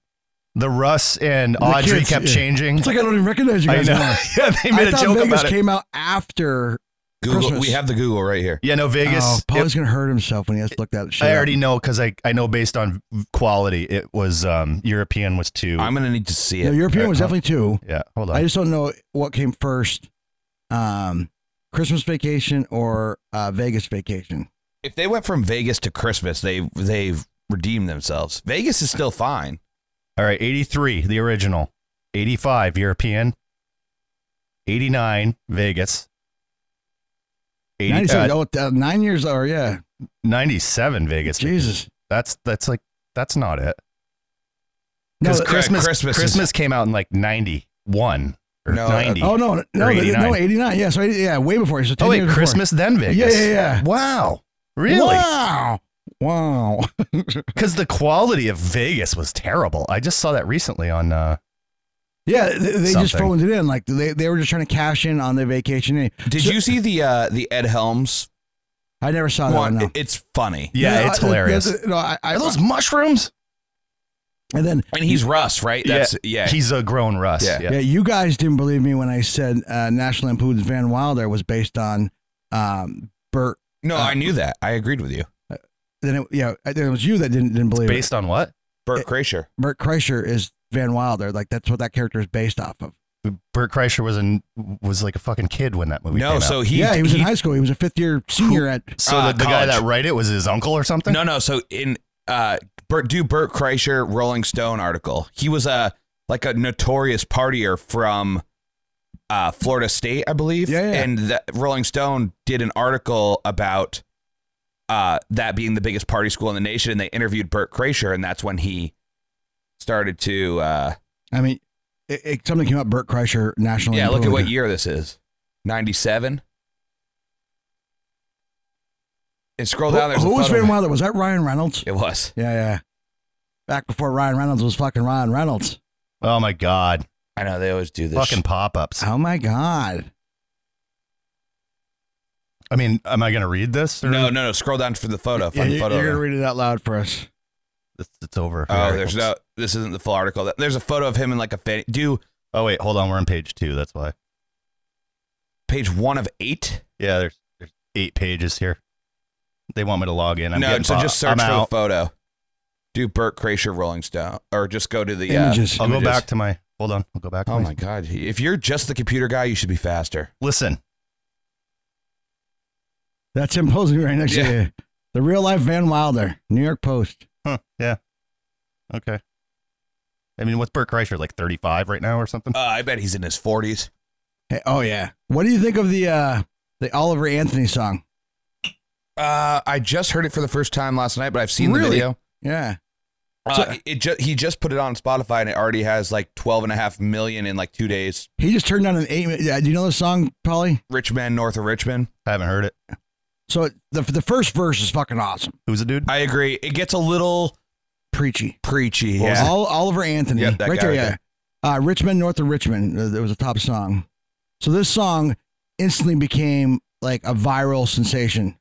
the Russ and The Audrey kids, kept yeah. changing. It's like I don't even recognize you I guys know. anymore. <laughs> yeah, they made I a thought joke Vegas about it. came out after. Google. Christmas. We have the Google right here. yeah, no, Vegas. oh, it- Paul's gonna hurt himself when he has to look that shit. I up. already know because I, I know based on quality, it was um, European was 2 I'm gonna need to see No, it. European was Uh, definitely two. yeah, hold on. I just don't know what came first, um, Christmas Vacation or uh, Vegas Vacation. if they went from Vegas to Christmas, they they've redeemed themselves. Vegas is still fine. All right, 83, the original. 85, European. 89, Vegas. 80, 97, uh, oh, uh, nine years. Oh yeah, 97, Vegas. Jesus. That's that's like that's not it. No, Because uh, Christmas, Christmas Christmas, is- came out in like 91 or No, uh, 90. Oh no, no, Or they- 89. no, eighty nine. Yeah, so 80, yeah, way before. So 10 oh, wait, years before. Christmas, then Vegas. Yeah, yeah, yeah. Wow. Really? Wow. Wow. Because the quality of Vegas was terrible. I just saw that recently on. Uh, Yeah, they, they just Something. phoned it in. Like they, they were just trying to cash in on the vacation. Did So- you see the uh, the Ed Helms I never saw that one? one. Oh, no. It- It's funny, yeah, No, it's I- uh, hilarious. there's a- no, I- I- Are those mushrooms? and then and he's Russ, right? That's yeah. He's a grown Russ. Yeah. yeah. you guys didn't believe me when I said uh, National Lampoon's Van Wilder was based on um, Bert. uh, no, I knew that. I agreed with you. Then it, yeah, I think it was you that didn't didn't believe Based on what? Bert It- Kreischer. it. Bert Kreischer is Van Wilder. Like that's what that character is based off of. Bert Kreischer was in was like a fucking kid when that movie. No, came so out. he yeah, he was in high school. He was a fifth year senior at. so uh, the, the guy college. that wrote it was his uncle or something. No, no. So in uh, Bert, do Bert Kreischer Rolling Stone article. He was a like a notorious partier from uh, Florida State, I believe. Yeah, yeah, yeah. And that Rolling Stone did an article about uh, that being the biggest party school in the nation, and they interviewed Bert Kreischer, and that's when he started to. Uh, I mean, it, it, something came up. Bert Kreischer National. yeah, look at Lampoon. what year this is. Ninety-seven. And scroll down. There's Who, a who was photo Van of him. Wilder? Was that Ryan Reynolds? It was. Yeah, yeah. Back before Ryan Reynolds was fucking Ryan Reynolds. Oh my god, I know they always do this. fucking pop ups. Oh my god. I mean, am I gonna read this? or- No, no, no. Scroll down for the photo. Find the photo. of him. read it out loud for us. This- it's over. Oh, Here. there's no. This isn't the full article. There's a photo of him in like a fan. Do Oh wait, hold on. We're on page two. That's why. page one of eight. Yeah, there's there's eight pages here. They want me to log in. I'm no, getting so bo- just search I'm for the out. photo. Do Burt Kreischer Rolling Stone, or just go to the uh, Images. I'll go images. back to my. Hold on. I'll go back. To Oh my, my god! If you're just the computer guy, you should be faster. Listen. That's him posing right next to Yeah. you. The real life Van Wilder, New York Post. Huh, yeah. Okay. I mean, what's Bert Kreischer like? 35 right now or something? Uh, I bet he's in his 40s. Hey, oh yeah. What do you think of the uh the Oliver Anthony song? Uh, I just heard it for the first time last night, but I've seen the Really? video. Yeah. Uh, it ju- he just put it on Spotify, and it already has like 12 and a half million in like two days. He just turned down an eight. minute- Yeah, do you know the song, Polly? Richmond, north of Richmond. I haven't heard it. So it, the the first verse is fucking awesome, Who's the dude? I agree. It gets a little preachy. preachy. Well, Yeah. Ol- Oliver Anthony, Yep, that right guy there. right Yeah. Uh, Richmond, north of Richmond. uh, It was a top song. So this song instantly became like a viral sensation.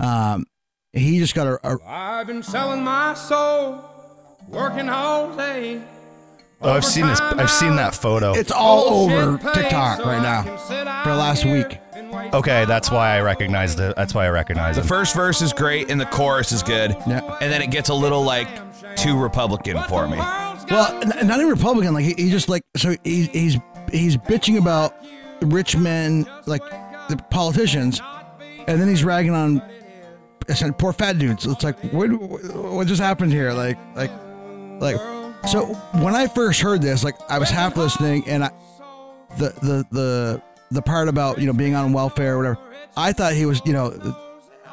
Um, he just got a, a I've been selling my soul, working all day. Oh, I've seen this. I've seen that photo. it's all over Shit pays, TikTok Oh, so right I now. can sit out for last here week. and waste Okay, my that's why I life recognize the. That's why I recognize The him. first verse is great and the chorus is good. Yeah. And then it gets a little like too Republican for me. World's Well, n- not even Republican. Like he, he just like so he, he's he's bitching about rich men, like the politicians, and then he's ragging on essentially poor fat dudes. It's like what what just happened here? Like like like. So when I first heard this, like I was half listening, and I the the the the part about you know being on welfare or whatever. I thought he was you know.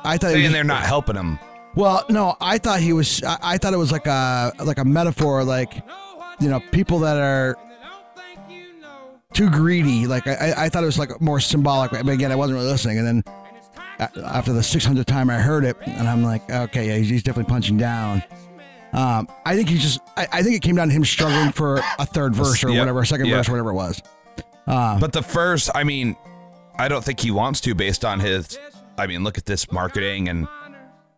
I thought he was- Saying they're not helping him. well, no, I thought he was. I, I thought it was like a like a metaphor, like you know, people that are too greedy. Like I, I- I thought it was like more symbolic. But again, I wasn't really listening. And then a- after the 600th time I heard it, and I'm like, okay, yeah, he's, he's definitely punching down. Um, I think he just. I, I think it came down to him struggling for a third verse or Yep, whatever, a second yep. verse, whatever it was. But the first, I mean, I don't think he wants to based on his. I mean, look at this marketing and,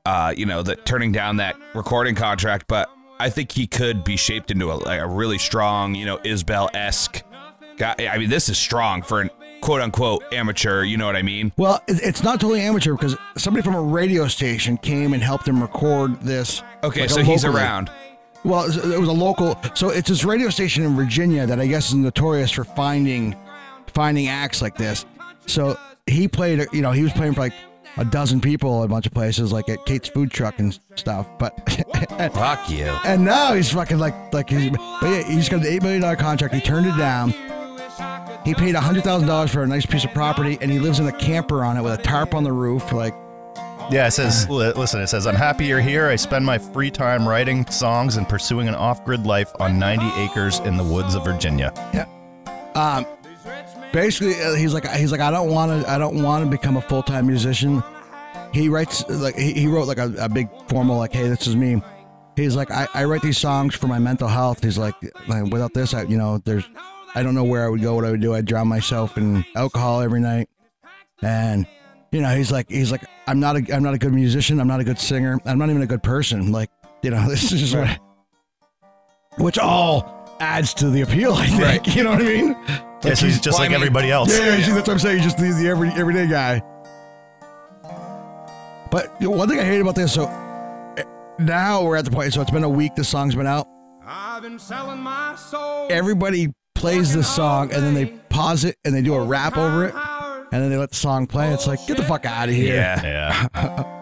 uh, you know, the turning down that recording contract. But I think he could be shaped into a, like a really strong, you know, Isbel esque guy. I mean, this is strong for an quote unquote amateur. You know what I mean? Well, it, it's not totally amateur because somebody from a radio station came and helped him record this. Okay, like, so he's locally. around. Well, it was- it was a local. So it's this radio station in Virginia that I guess is notorious for finding finding acts like this. So he played, you know, he was playing for like a dozen people at a bunch of places, like at Kate's food truck and stuff. But <laughs> Fuck you. and now he's fucking like like he's but yeah, he's got an eight million dollar contract. He turned it down. He paid hundred thousand dollars for a nice piece of property, and he lives in a camper on it with a tarp on the roof. Like Yeah, it says, li- listen, it says, I'm happy you're here. I spend my free time writing songs and pursuing an off grid life on 90 acres in the woods of Virginia. um, basically uh, he's like he's like I don't want to I don't want to become a full time musician. He writes like he, he wrote like a, a big formal like hey this is me. He's like I, I write these songs for my mental health. He's like like without this I you know there's I don't know where I would go what I would do I'd drown myself in alcohol every night and you know he's like he's like I'm not a I'm not a good musician I'm not a good singer I'm not even a good person like you know <laughs> this is just what which all adds to the appeal I think <laughs> Right. you know what I mean. Yeah, so he's just like climbing- everybody else. Yeah, yeah, see, that's what I'm saying. Just the, the every everyday guy. But you know, one thing I hate about this, so eh, now we're at the point. So it's been a week. The song's been out. I've been selling my soul. Everybody plays this song, and then they pause it and they do a rap over it, Hours. and then they let the song play. It's like Oh, get the fuck out of here. Yeah. Yeah.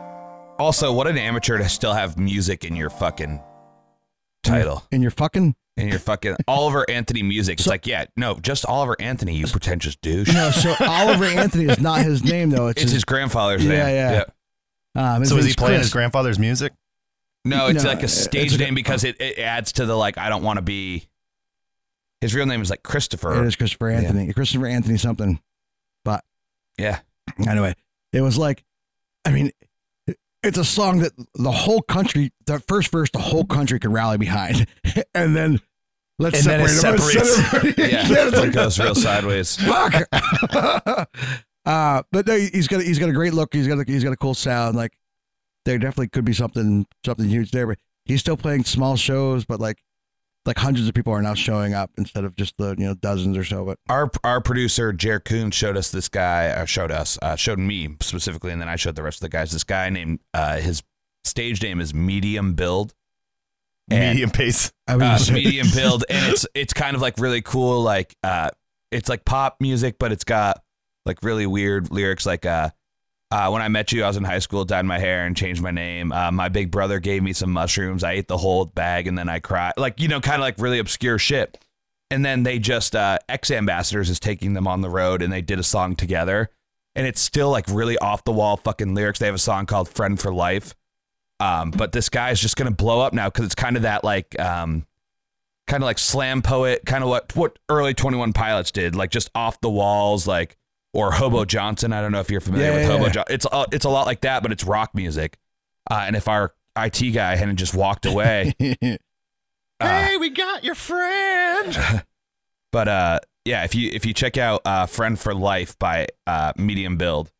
Also, what an amateur to still have music in your fucking title. And you're fucking In your fucking Oliver Anthony music. It's like, yeah, no, just Oliver Anthony, you pretentious douche. <laughs> no. So Oliver Anthony is not his name though. It's, his. It's his grandfather's Yeah, name. yeah. um, his So is he name's playing Chris. his grandfather's music? No, it's No, like a it's stage a- name because it, it adds to the like I don't want to be. His real name is like It Christopher. is Christopher Anthony. Christopher Anthony something. But Yeah. anyway, it was like, I mean, it's a song that the whole country, the first verse, the whole country could rally behind, <laughs> and then let's And then it separate them. separates. <laughs> <laughs> Yeah, it's it like, <laughs> goes real sideways. fuck. <laughs> uh, but no, he's got he's got a great look. He's got a, he's got a cool sound. Like there definitely could be something something huge there. But he's still playing small shows, but like like hundreds of people are now showing up instead of just the you know dozens or so. But Our our producer Jer Kuhn showed us this guy. Uh, showed us. Uh, showed me specifically, and then I showed the rest of the guys. This guy named uh, his stage name is Medium Build. And- Medium pace. I was <laughs> uh, just- medium build, and it's it's kind of like really cool, like uh, it's like pop music, but it's got like really weird lyrics, like uh, uh, when I met you, I was in high school, dyed my hair, and changed my name. Uh, my big brother gave me some mushrooms. I ate the whole bag, and then I cried, like you know, kind of like really obscure shit. And then they just uh, ex ambassadors is taking them on the road, and they did a song together, and it's still like really off the wall fucking lyrics. They have a song called "Friend for Life." Um, but this guy is just gonna blow up now because it's kind of that like um, kind of like slam poet, kind of what what early Twenty One Pilots did, like just off the walls, like or Hobo Johnson. I don't know if you're familiar Yeah, with yeah, Hobo yeah. Johnson. It's a, it's a lot like that, but it's rock music. Uh, and if our IT guy hadn't just <laughs> walked away, uh, <laughs> Ah. Hey, we got your friend. but uh, yeah, if you if you check out uh, "Friend for Life" by uh, Medium Build,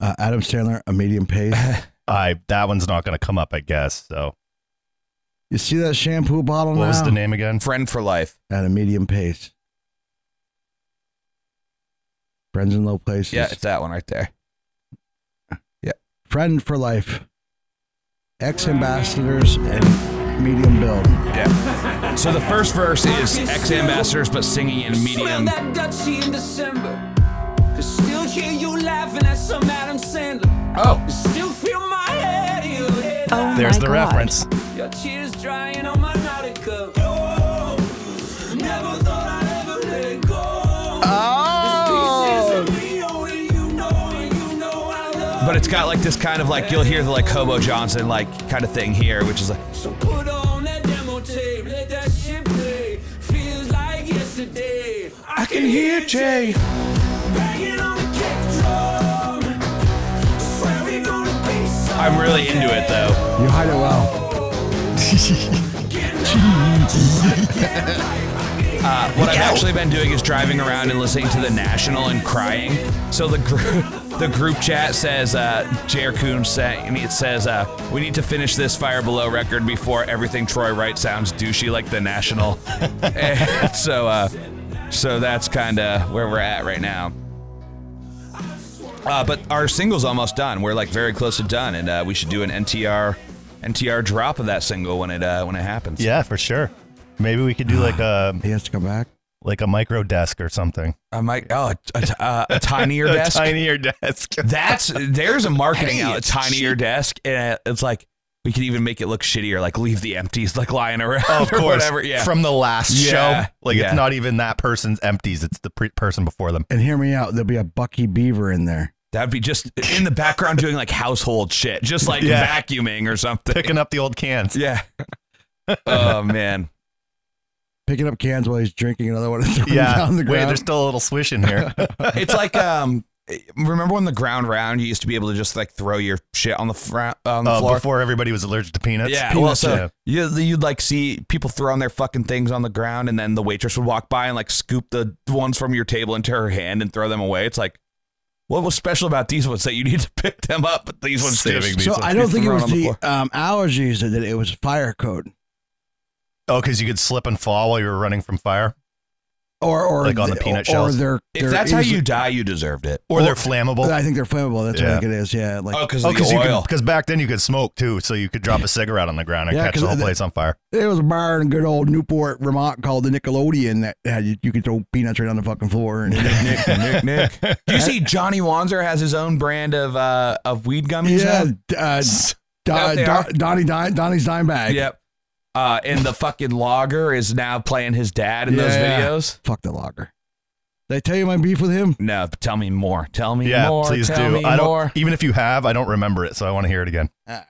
uh, Adam Sandler, a medium pace. I that one's not going to come up, I guess. So You see that shampoo bottle what now? was the name again? "Friend for Life," At a medium pace. Friends in low places. yeah, it's that one right there. Friend for life. Ex ambassadors and medium build. Yeah. So the first verse is ex ambassadors, but singing in Smell medium. that Dutchie in December. Could still hear you laughing at some Adam Sandler. Oh. Still feel my head, you head. Oh There's my the God. reference. Your tears drying on my Nautica. Oh, never thought I'd ever let it go. There's pieces of me only you know, and you know I love. But it's got like this kind of like you'll hear the like Hobo Johnson like kind of thing here, which is like So put on that demo tape, let that shit play. Feels like yesterday. I, can hear Jay. banging on the kick drum. Swear we gonna be I'm really into it though. You hide it well. Uh, what I've actually been doing is driving around and listening to the National and crying. So the group <laughs> the group chat says uh, Jer Coon sang and it says uh, we need to finish this Fire Below record before everything Troy Wright sounds douchey like the National. <laughs> And so uh, so that's kind of where we're at right now. Uh, but our single's almost done. We're like very close to done, and uh, we should do an NTR NTR drop of that single when it uh, when it happens. Yeah, for sure. Maybe we could do like a He has to come back. like a micro desk or something. I might. Oh, a, a, a, a <laughs> tinier a desk. tinier desk. That's there's a marketing Hey, out. A it's tinier cheap. desk, and it's like we could even make it look shittier. Like leave the empties like lying around. Oh, <laughs> of <laughs> or course. Whatever. Yeah. From the last Yeah. show. Like Yeah. it's not even that person's empties, it's the pre- person before them. And hear me out. There'll be a Bucky Beaver in there. That'd be just in the background doing like household shit, just like Yeah. vacuuming or something. Picking up the old cans. <laughs> yeah. oh man. Picking up cans while he's drinking another one and <laughs> throwing yeah. <laughs> Yeah. down the Wait, ground. there's still a little swish in <laughs> here. <laughs> It's like um. Remember when the ground round you used to be able to just like throw your shit on the, fra- on the Uh, floor? before everybody was allergic to peanuts. yeah, well, so you, you'd like see people throwing their fucking things on the ground, and then the waitress would walk by and like scoop the ones from your table into her hand and throw them away. It's like, what was special about these ones that you need to <laughs> pick them up, but these ones Saving just, me. so He's I don't think it thrown was on the the floor. um, allergies that did it. It was fire code. Oh, because you could slip and fall while you were running from fire, Or, or Like on the th- peanut or, shells? they're, If they're that's how easily- you die, you deserved it. or they're flammable. I think they're flammable. That's what I think it is. Yeah. Like Oh, because oh, of the because you oil. because back then you could smoke too, so you could drop a cigarette on the ground and Yeah, catch 'cause the whole the- place on fire. There was a bar in good old Newport, Vermont called the Nickelodeon that had you, you could throw peanuts right on the fucking floor. <laughs> And <laughs> Nick, Nick, <laughs> Nick, Nick. Do you see Johnny Wanzer has his own brand of uh, of weed gummies? yeah, now? uh, Out Don, there. Don, Donnie Dime, Donnie's dime bag. Yep. Uh, and the fucking logger is now playing his dad in those Yeah. videos. Fuck the logger. Did I tell you my beef with him? No, tell me more. Tell me Yeah, more. please tell do. Me I don't. more. Even if you have, I don't remember it, so I want to hear it again. Alright.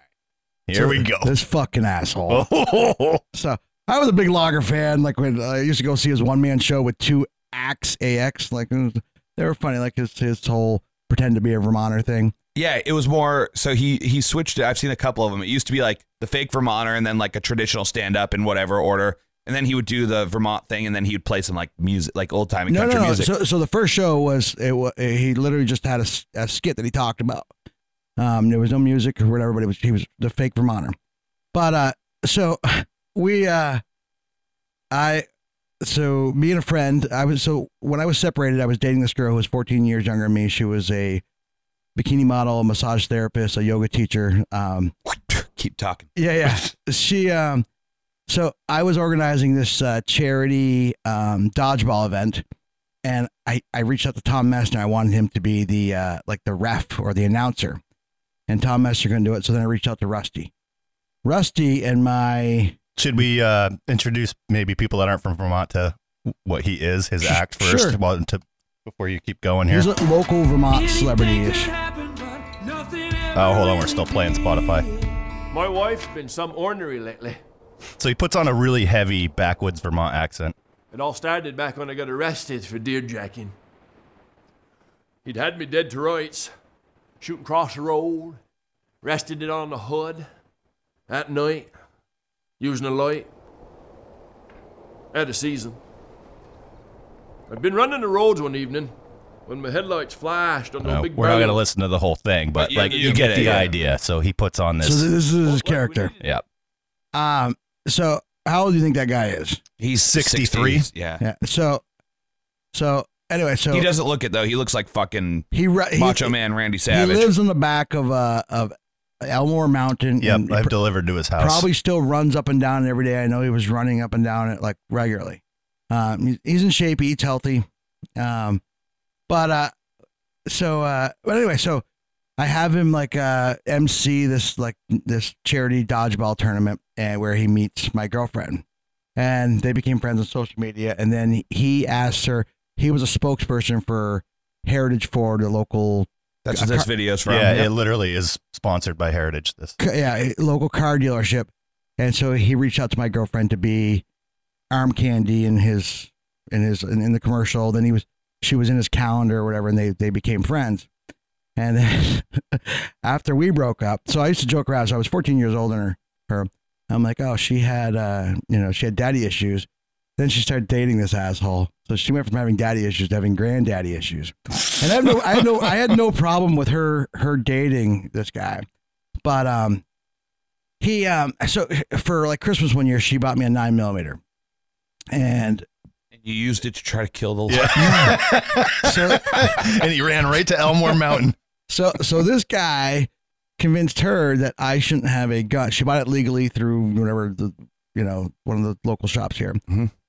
Here So we go. This fucking asshole. <laughs> Oh, So I was a big logger fan. Like when uh, I used to go see his one man show with two acts, AX. Like it was- they were funny. Like his, his whole pretend to be a Vermonter thing. Yeah, it was more. So he he switched. it. I've seen a couple of them. It used to be like the fake Vermonter, and then like a traditional stand up in whatever order, and then he would do the Vermont thing, and then he would play some like music, like old timey No, country no, no. music. So, so the first show was it, wa- he literally just had a, s- a skit that he talked about. Um, there was no music or whatever, but it was he was the fake Vermonter. But uh, so <laughs> we, uh, I, so me and a friend, I was so when I was separated, I was dating this girl who was 14 years younger than me. She was a bikini model, a massage therapist, a yoga teacher. Um, <laughs> Keep talking. yeah, yeah. She um so I was organizing this uh, charity um dodgeball event and I I reached out to Tom Messner. I wanted him to be the uh like the ref or the announcer. And Tom Messner couldn't do it, so then I reached out to Rusty. Rusty and my Should we uh, introduce maybe people that aren't from Vermont to what he is, his Sh- act first, sure. while- to- before you keep going here? he's a local Vermont celebrity ish. Oh, hold on, we're still playing Spotify. My wife's been some ornery lately. So he puts on a really heavy backwoods Vermont accent. It all started back when I got arrested for deerjacking. He'd had me dead to rights, shooting cross the road, rested it on the hood, at night, using a light. Had a season. I'd been running the roads one evening when my headlights flashed on the Uh, big we're not barrel. going to listen to the whole thing, but But you- like you you get get the it, yeah. idea. So he puts on So this. this is his What we character. needed- yeah, Um so how old do you think that guy is? He's 63? 60s, Yeah. Yeah. So so anyway, so He doesn't look it though. He looks like fucking he, re- he Macho Man Randy Savage. He lives in the back uh, of a of Elmore Mountain. Yep, and he I've pr- delivered to his house. Probably still runs up and down every day. I know he was running up and down it like regularly. Um, he- he's in shape. He eats healthy. Um, but uh, so uh, but anyway, so I have him like uh MC this like this charity dodgeball tournament and where he meets my girlfriend, and they became friends on social media. And then he asked her. He was a spokesperson for Heritage Ford, the local. That's a what this car- video's from. Yeah, it literally is sponsored by Heritage. This ca- yeah, a local car dealership. And so he reached out to my girlfriend to be arm candy in his in his in, in the commercial. Then he was she was in his calendar or whatever, and they they became friends. And then <laughs> after we broke up, so I used to joke around. So I was 14 years older than her. her. I'm like, oh, she had uh, you know, she had daddy issues. Then she started dating this asshole. So she went from having daddy issues to having granddaddy issues. And I have no, I had no, I had no problem with her her dating this guy, but um, he um, so for like Christmas one year, she bought me a nine millimeter, and You used it to try to kill the. <laughs> so <laughs> and he ran right to Elmore <laughs> Mountain. So so this guy convinced her that I shouldn't have a gun. She bought it legally through whatever the you know one of the local shops here,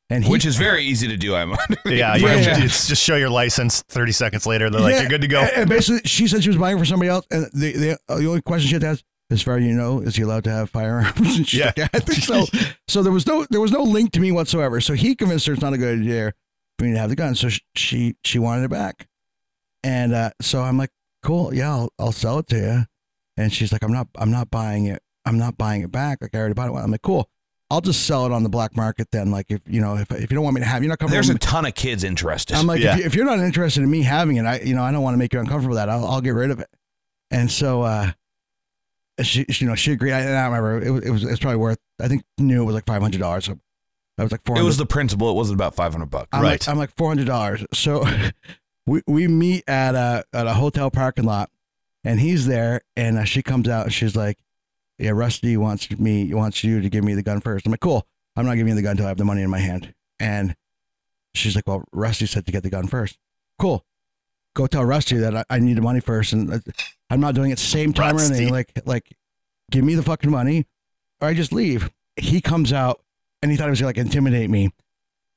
and he, Which is very easy to do. <laughs> I'm under the Yeah, you can Yeah. ju- it's just show your license. Thirty seconds later, they're like, Yeah, "You're good to go." And and basically, she said she was buying for somebody else, and the the, uh, the only question she had to ask. As far as you know, is he allowed to have firearms? <laughs> And she's Yeah. like, yeah, I think so. so there was no there was no link to me whatsoever. So he convinced her it's not a good idea for me to have the gun. So sh- she she wanted it back, and uh, so I'm like, cool, yeah, I'll, I'll sell it to you. And she's like, I'm not I'm not buying it. I'm not buying it back. Like I already bought it. I'm like, cool. I'll just sell it on the black market then. Like if you know if, if you don't want me to have, you're not coming. There's over- a ton of kids interested. I'm like, Yeah. if, you, if you're not interested in me having it, I you know I don't want to make you uncomfortable. With that I'll, I'll get rid of it. And so, uh, she, she you know she agreed. I, and I remember it was, it was it was probably worth I think new it was like five hundred dollars. So I was like four it hundred. was the principle. It wasn't about 500 bucks. I'm right. Like, I'm like four hundred dollars. So <laughs> we we meet at a at a hotel parking lot, and he's there, and uh, she comes out and she's like, "Yeah, Rusty wants me wants you to give me the gun first. I'm like, "Cool. I'm not giving you the gun until I have the money in my hand." And she's like, "Well, Rusty said to get the gun first. Cool. Go tell Rusty that I, I need the money first, and uh, I'm not doing it same time or Rusty. anything. Like like, give me the fucking money, or I just leave." He comes out, and he thought he was gonna like intimidate me.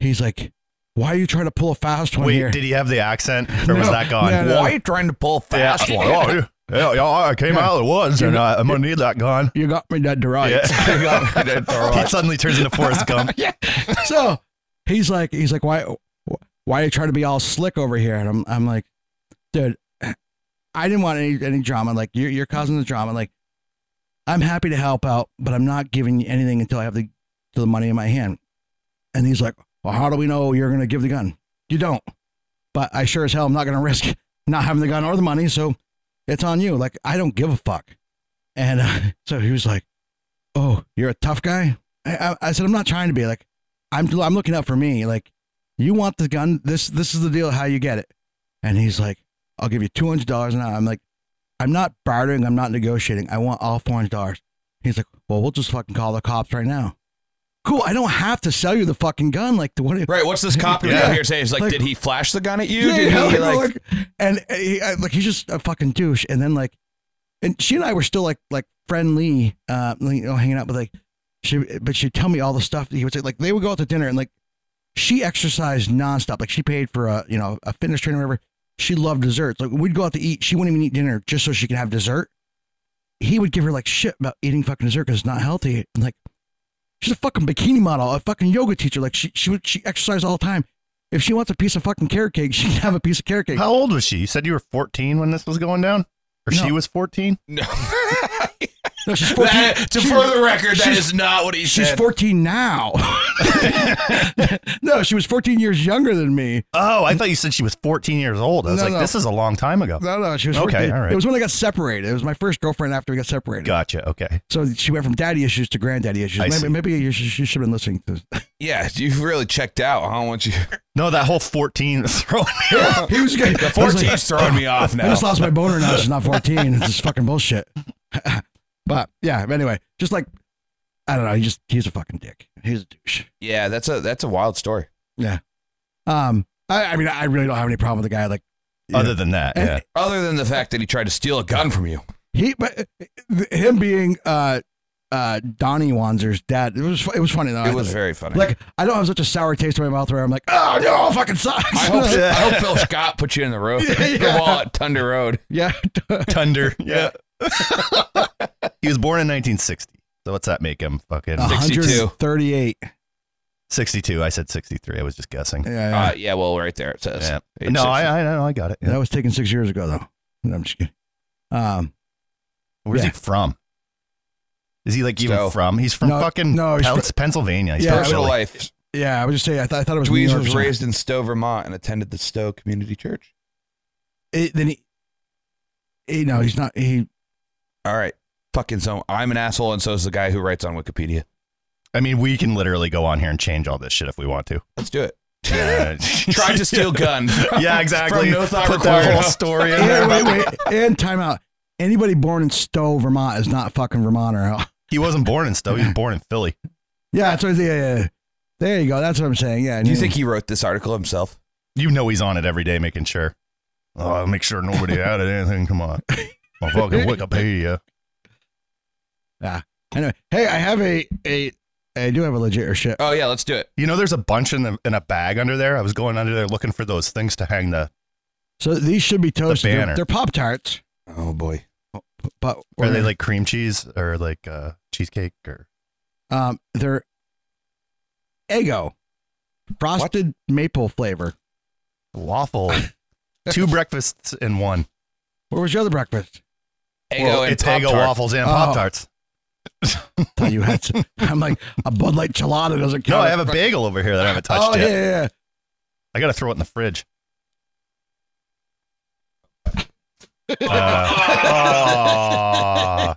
He's like, "Why are you trying to pull a fast one Wait, here?" did he have the accent, or was No, that gone? no, no. Why are you trying to pull a Yeah. <laughs> fast one? Oh, yeah. yeah, yeah, I came out of the woods, and uh, I'm gonna need that gun. you got me dead to <laughs> rights. <laughs> he suddenly turns into Forrest Gump. <laughs> so he's like, he's like, why, why are you trying to be all slick over here? And I'm, I'm like, dude, I didn't want any, any drama. Like you're, you're causing the drama. Like I'm happy to help out, but I'm not giving you anything until I have the, the money in my hand. And he's like, well, how do we know you're going to give the gun? You don't, but I sure as hell, I'm not going to risk <laughs> not having the gun or the money. So it's on you. Like, I don't give a fuck. And uh, <laughs> so he was like, oh, you're a tough guy. I, I, I said, I'm not trying to be like, I'm, I'm looking out for me. Like, you want the gun. This, this is the deal. How you get it. And he's like, I'll give you $200 an hour. I'm like, I'm not bartering. I'm not negotiating. I want all $400. He's like, well, we'll just fucking call the cops right now. Cool. I don't have to sell you the fucking gun. Like, what? Right. What's this cop Yeah. out here saying? He's like, Like- did he flash the gun at you? Yeah, did yeah, he like, like? like- <laughs> and uh, he, I, like he's just a fucking douche. And then like, and she and I were still like like friendly, uh, you know, hanging out. But like, she but she'd tell me all the stuff that he would say. Like they would go out to dinner and like she exercised nonstop. Like she paid for a you know a fitness trainer, or whatever. She loved desserts. Like we'd go out to eat. She wouldn't even eat dinner just so she could have dessert. He would give her like shit about eating fucking dessert because it's not healthy. And like, she's a fucking bikini model, a fucking yoga teacher. Like she she would she exercised all the time. If she wants a piece of fucking carrot cake, <laughs> she can have a piece of carrot cake. How old was she? You said you were 14 when this was going down, or No. she was 14? <laughs> <laughs> No. <laughs> No, she's fourteen. That- to she's- for the record, that she's- is not what he She's said. <laughs> 14 now. <laughs> no, she was 14 years younger than me. Oh, I thought you said she was 14 years old. I was No, like, no. this is a long time ago. No, no, she was Okay, 14. all right. It was when I got separated. It was my first girlfriend after we got separated. Gotcha. Okay. So she went from daddy issues to granddaddy issues. I maybe see. maybe you should, she should have been listening to this. yeah, you've really checked out, huh? Once you <laughs> No, that whole 14 <laughs> throwing me. he was good. the 14's throwing me off I now. just lost my boner now. <laughs> She's not 14. It's just fucking bullshit. <laughs> but yeah, anyway, just like, I don't know. He just, he's a fucking dick. He's a douche. Yeah, that's a that's a wild story. Um, I, I mean, I really don't have any problem with the guy. Like, Other than that, <laughs> And- yeah. Other than the fact that he tried to steal a gun from you. He, but him being uh, uh, Donnie Wanzer's dad, it was it was funny though. It Oh, I- was very funny. Like I don't have such a sour taste in my mouth where I'm like, oh no, it fucking sucks. I <laughs> hope, I hope Phil Scott put you in the road. The wall at Thunder Road. <laughs> yeah, Thunder. Yeah. <laughs> he was born in 1960. So what's that make him? Fucking Oh. 62. 138. 62. I said 63. I was just guessing. Yeah, Uh, yeah. yeah, well, right there it says. Yeah. Age No, I, 60. I know. I got it. that was taken six years ago though. No, I'm just kidding. Um, Where's he Yeah. from? Is he like even So- from? He's from No, fucking no, he's Pen- fr- Pennsylvania. He's Yeah, from Personal Philly. life. yeah, I was just saying. I, thought I thought it was. New Dweez York or was something. raised in Stowe, Vermont, and attended the Stowe Community Church. It, then he, he, no, he's not. <laughs> He, All right, fucking so I'm an asshole, and so is the guy who writes on Wikipedia. I mean, we can literally go on here and change all this shit if we want <laughs> to. Let's do it. <laughs> <laughs> Yeah, Tried to steal gun. <laughs> yeah exactly. From no thought Put that required. whole story in and, there. wait, wait, and time out. Anybody born in Stowe, Vermont, is not fucking Vermonter. He wasn't born in Stowe. He was born in Philly. <laughs> Yeah, that's what. Yeah, yeah, yeah. There you go. That's what I'm saying. Yeah. Do you think he wrote this article himself? You know he's on it every day, making sure. Oh, make sure nobody added anything. Come on, my fucking Wikipedia. Anyway, hey, I have a a. I do have a legit or shit. Oh yeah, let's do it. You know, there's a bunch in the in a bag under there. I was going under there looking for those things to hang the. So these should be toasted. They're- banner. They're, Pop Tarts, Oh boy. but Are they like cream cheese or like uh, cheesecake or? um they're Eggo, frosted maple flavor. <laughs> waffle. Two breakfasts in one. What was your other breakfast? Eggo Well, and it's Pop-Tart. Eggo waffles and Oh. Pop Tarts. Thought you had. <laughs> I'm like a Bud Light Chelada doesn't No, count. I have a bagel over here that I haven't touched Oh yeah, yet. yeah, yeah. I got to throw it in the <laughs> fridge. Uh, aw.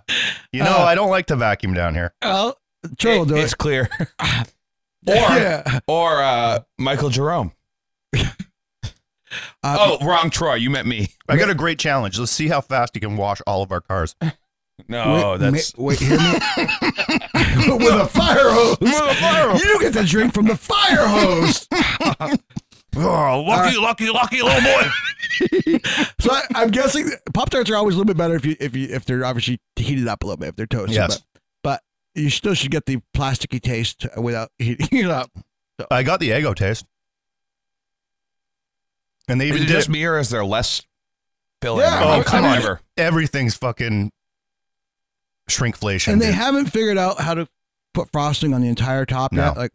you know, Uh, I don't like to vacuum down here. Well, sure, we'll do It- it. It's <laughs> clear. or <laughs> yeah. or uh, Michael Jerome. Uh, Oh, wrong Troy. You meant me. I got a great challenge. Let's see how fast you can wash all of our cars. oh, No, wait, that's ma- wait, hear me. <laughs> With a fire hose. You get to drink from the fire hose. oh, lucky, lucky, lucky oh, little boy. So I, I'm guessing pop tarts are always a little bit better if you if you if they're obviously heated up a little bit if they're toasted. Yes. But, but you still should get the plasticky taste without heating it up. I got the Eggo taste. And they <laughs> Is even it did just it. me or is there less filling? Yeah, Oh, oh, come come on. ever. Everything's fucking shrinkflation. and they dude. haven't figured out how to put frosting on the entire top No. yet. Like,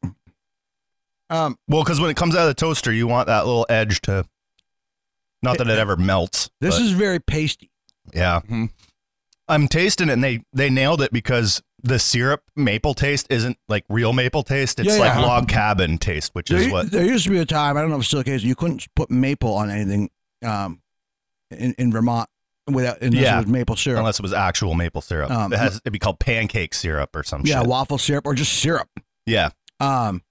um, Well, because when it comes out of the toaster, you want that little edge to. Not that it ever melts. this but, is very pasty. yeah. Mhm. I'm tasting it, and they they nailed it because the syrup maple taste isn't like real maple taste. It's Yeah, like yeah. log cabin taste, which There, is what. there used to be a time I don't know if it's still the case you couldn't put maple on anything, um, in, in Vermont without unless Yeah. it was maple syrup. Unless it was actual maple syrup, Um, it has it'd be called pancake syrup or some yeah, shit. waffle syrup or just syrup. yeah, Um,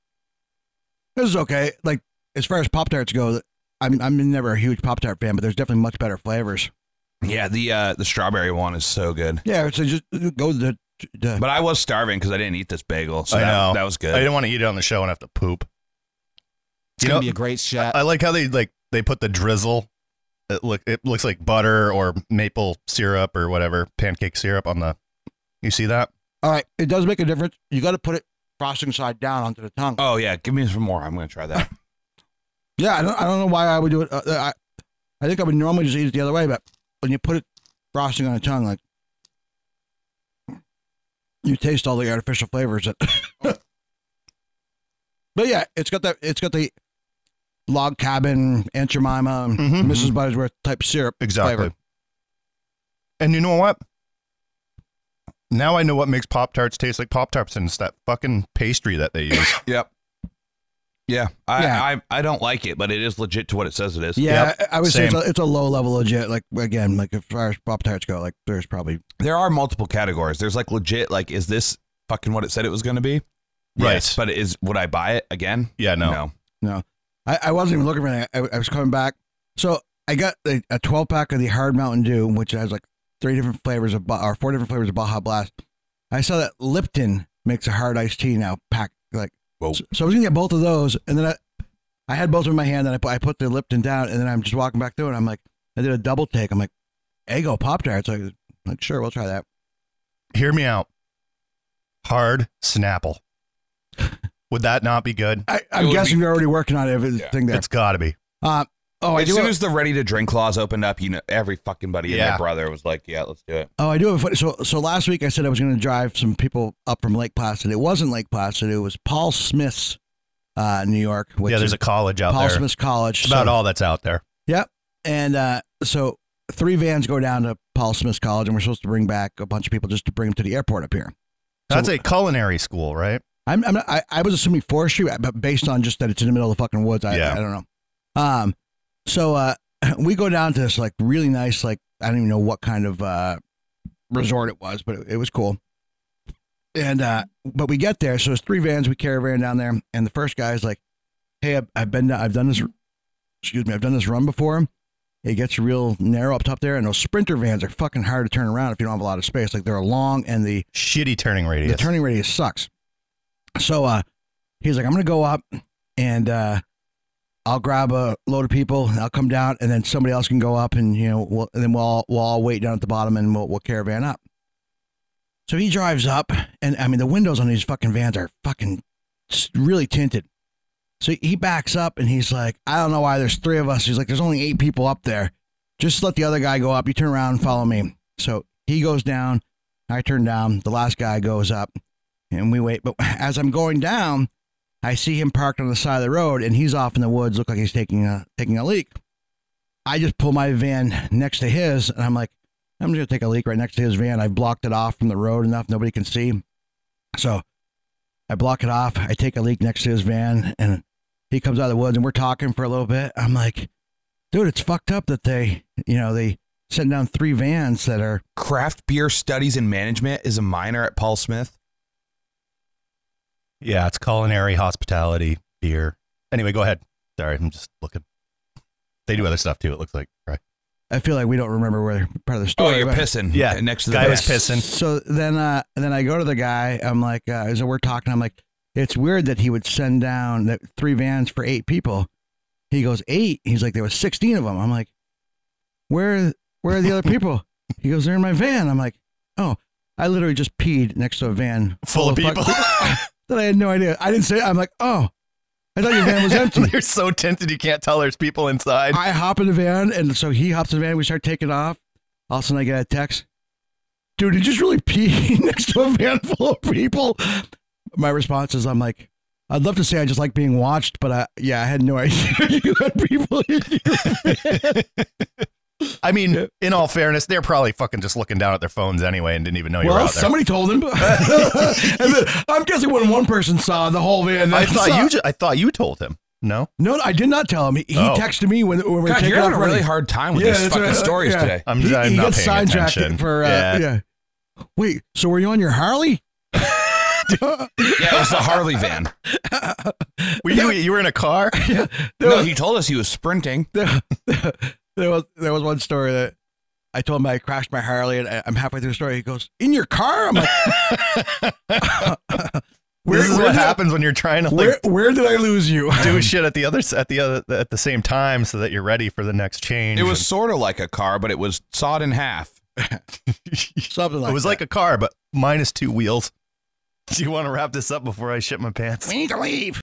this is okay. Like as far as pop tarts go, I'm I'm never a huge pop tart fan, but there's definitely much better flavors. Yeah, the uh, the strawberry one is so good. Yeah, so just go to the, the But I was starving because I didn't eat this bagel, so I know. that, that was I good. didn't want to eat it on the show and have to poop. It's You gonna know- be a great shot. I like how they like they put the drizzle. It look it looks like butter or maple syrup or whatever pancake syrup on the. You see that? all right. It does make a difference. You got to put it frosting side down onto the tongue. Oh yeah, give me some more. I'm gonna try that. yeah, I don't I don't know why I would do it. Uh, I I think I would normally just eat it the other way, but when you put it frosting on the tongue, like you taste all the artificial flavors. That <laughs> but yeah, it's got that. It's got the log cabin Aunt Jemima, Mhm. Mrs. Buttersworth type syrup. Exactly. flavor. And you know what? Now I know what makes Pop Tarts taste like Pop Tarts, and it's that fucking pastry that they use. yep. Yeah, I, Yeah. I I don't like it, but it is legit to what it says it is. Yeah, Yep, I I would say same. it's a, it's a low level legit. Like again, like as far as pop tarts go, like there's probably There are multiple categories. There's like legit, like is this fucking what it said it was gonna be? Right. Yes, but is would I buy it again? yeah, no. I, I wasn't even looking for anything. I, I was coming back. So I got a, a 12 pack of the hard Mountain Dew, which has like three different flavors of, Ba- or four different flavors of Baja Blast. I saw that Lipton makes a hard iced tea now pack. Like, Whoa. so, so I was gonna get both of those, and then I, I had both in my hand, and I put, I put the Lipton down, and then I'm just walking back through, and I'm like, I did a double take. I'm like, Eggo Pop Tarts. Like, Like, sure, we'll try that. Hear me out. Hard Snapple. Would that not be good? I, I'm guessing they're already working on everything there. It's got to be. Uh, oh, I as do. soon have- as the ready to drink clause opened up, you know, every fucking buddy and Yeah. their brother was like, "Yeah, let's do it." Oh, I do have a funny. So, so last week I said I was going to drive some people up from Lake Placid. It wasn't Lake Placid. It was Paul Smith's, uh, New York. Which yeah, there's is a college out Paul there. Smith's College. It's about So- all that's out there. Yep. And uh, so three vans go down to Paul Smith's College, and we're supposed to bring back a bunch of people just to bring them to the airport up here. So- That's a culinary school, right? I'm, I'm not, I, I was assuming forestry, but based on just that it's in the middle of the fucking woods, I, Yeah. I don't know. Um, so uh, <laughs> we go down to this like really nice, like I don't even know what kind of uh, resort it was, but it, it was cool. And uh, but we get there, so there's three vans. We caravan down there, and the first guy's like, "Hey, I've, I've been, I've done this. Excuse me, I've done this run before. It gets real narrow up top there, and those sprinter vans are fucking hard to turn around if you don't have a lot of space. Like they're long, and the Shitty turning the radius. turning radius sucks. So uh, he's like, I'm gonna go up and uh, I'll grab a load of people and I'll come down and then somebody else can go up and you know we'll, and then we'll all, we'll all wait down at the bottom and we'll, we'll caravan up. So he drives up and I mean the windows on these fucking vans are fucking s- really tinted. So he backs up and he's like, I don't know why there's three of us. He's like, there's only eight people up there. Just let the other guy go up. You turn around and follow me. So he goes down. I turn down. The last guy goes up and we wait. But <laughs> as I'm going down, I see him parked on the side of the road and he's off in the woods. Look like he's taking a, taking a leak. I just pull my van next to his and I'm like, I'm just going to take a leak right next to his van. I've blocked it off from the road enough. Nobody can see. So I block it off. I take a leak next to his van, and he comes out of the woods, and we're talking for a little bit. I'm like, dude, it's fucked up that they, you know, they sent down three vans that are. Craft beer studies and management is a minor at Paul Smith. Yeah, it's culinary, hospitality, beer. Anyway, go ahead. Sorry, I'm just looking. They do other stuff too. It looks like right. I feel like we don't remember where part of the Oh, story. you're but- pissing. Yeah, next to the guy was van. pissing. So then, uh, then I go to the guy. I'm like, uh, so we're talking. I'm like, it's weird that he would send down that three vans for eight people. He goes eight. He's like, there was 16 of them. I'm like, where, where are the <laughs> other people? He goes, they're in my van. I'm like, oh, I literally just peed next to a van Full of fuck- people. <laughs> that I had no idea. I didn't say. I'm like, oh, I thought your <laughs> van was empty. They're so tinted you can't tell there's people <laughs> inside. I hop in the van, and so he hops in the van. We start taking off. All of a sudden, I get a text. Dude, did you just really <laughs> pee next to a van full of people? My response is, I'm like, I'd love to say I just like being watched, but I, yeah, I had no <laughs> idea you had people. in <laughs> your van." I mean, in all fairness, they're probably fucking just looking down at their phones anyway and didn't even know you were well, out there. somebody told him. <laughs> And then- I'm guessing when one person saw the whole van, I <laughs> then saw- thought you. Ju- I thought you told him. No, No, I did not tell him. He, he Oh. texted me when, when we were God, taking you're off. having a really running. hard time with these that's fucking right. stories Yeah. today. I'm, He, I'm he not got paying sidetracked attention. for uh, yeah. Wait, so were you on your Harley? <laughs> Yeah, it was the Harley van. Were you, you were in a <laughs> car. No, he told us he was sprinting. there, there was there was one story that I told him I crashed my Harley and I, I'm halfway through the story. He goes, "In your car?" I'm like, <laughs> <laughs> where, this is where what did I- happens when you're trying to like Where where did I lose you? do shit at the other s- at the other at the same time so that you're ready for the next change. It was sort of like a car, but it was sawed in half. <laughs> Something like it was that. like a <laughs> car, but minus two wheels. Do you want to wrap this up before I shit my pants? we need to leave.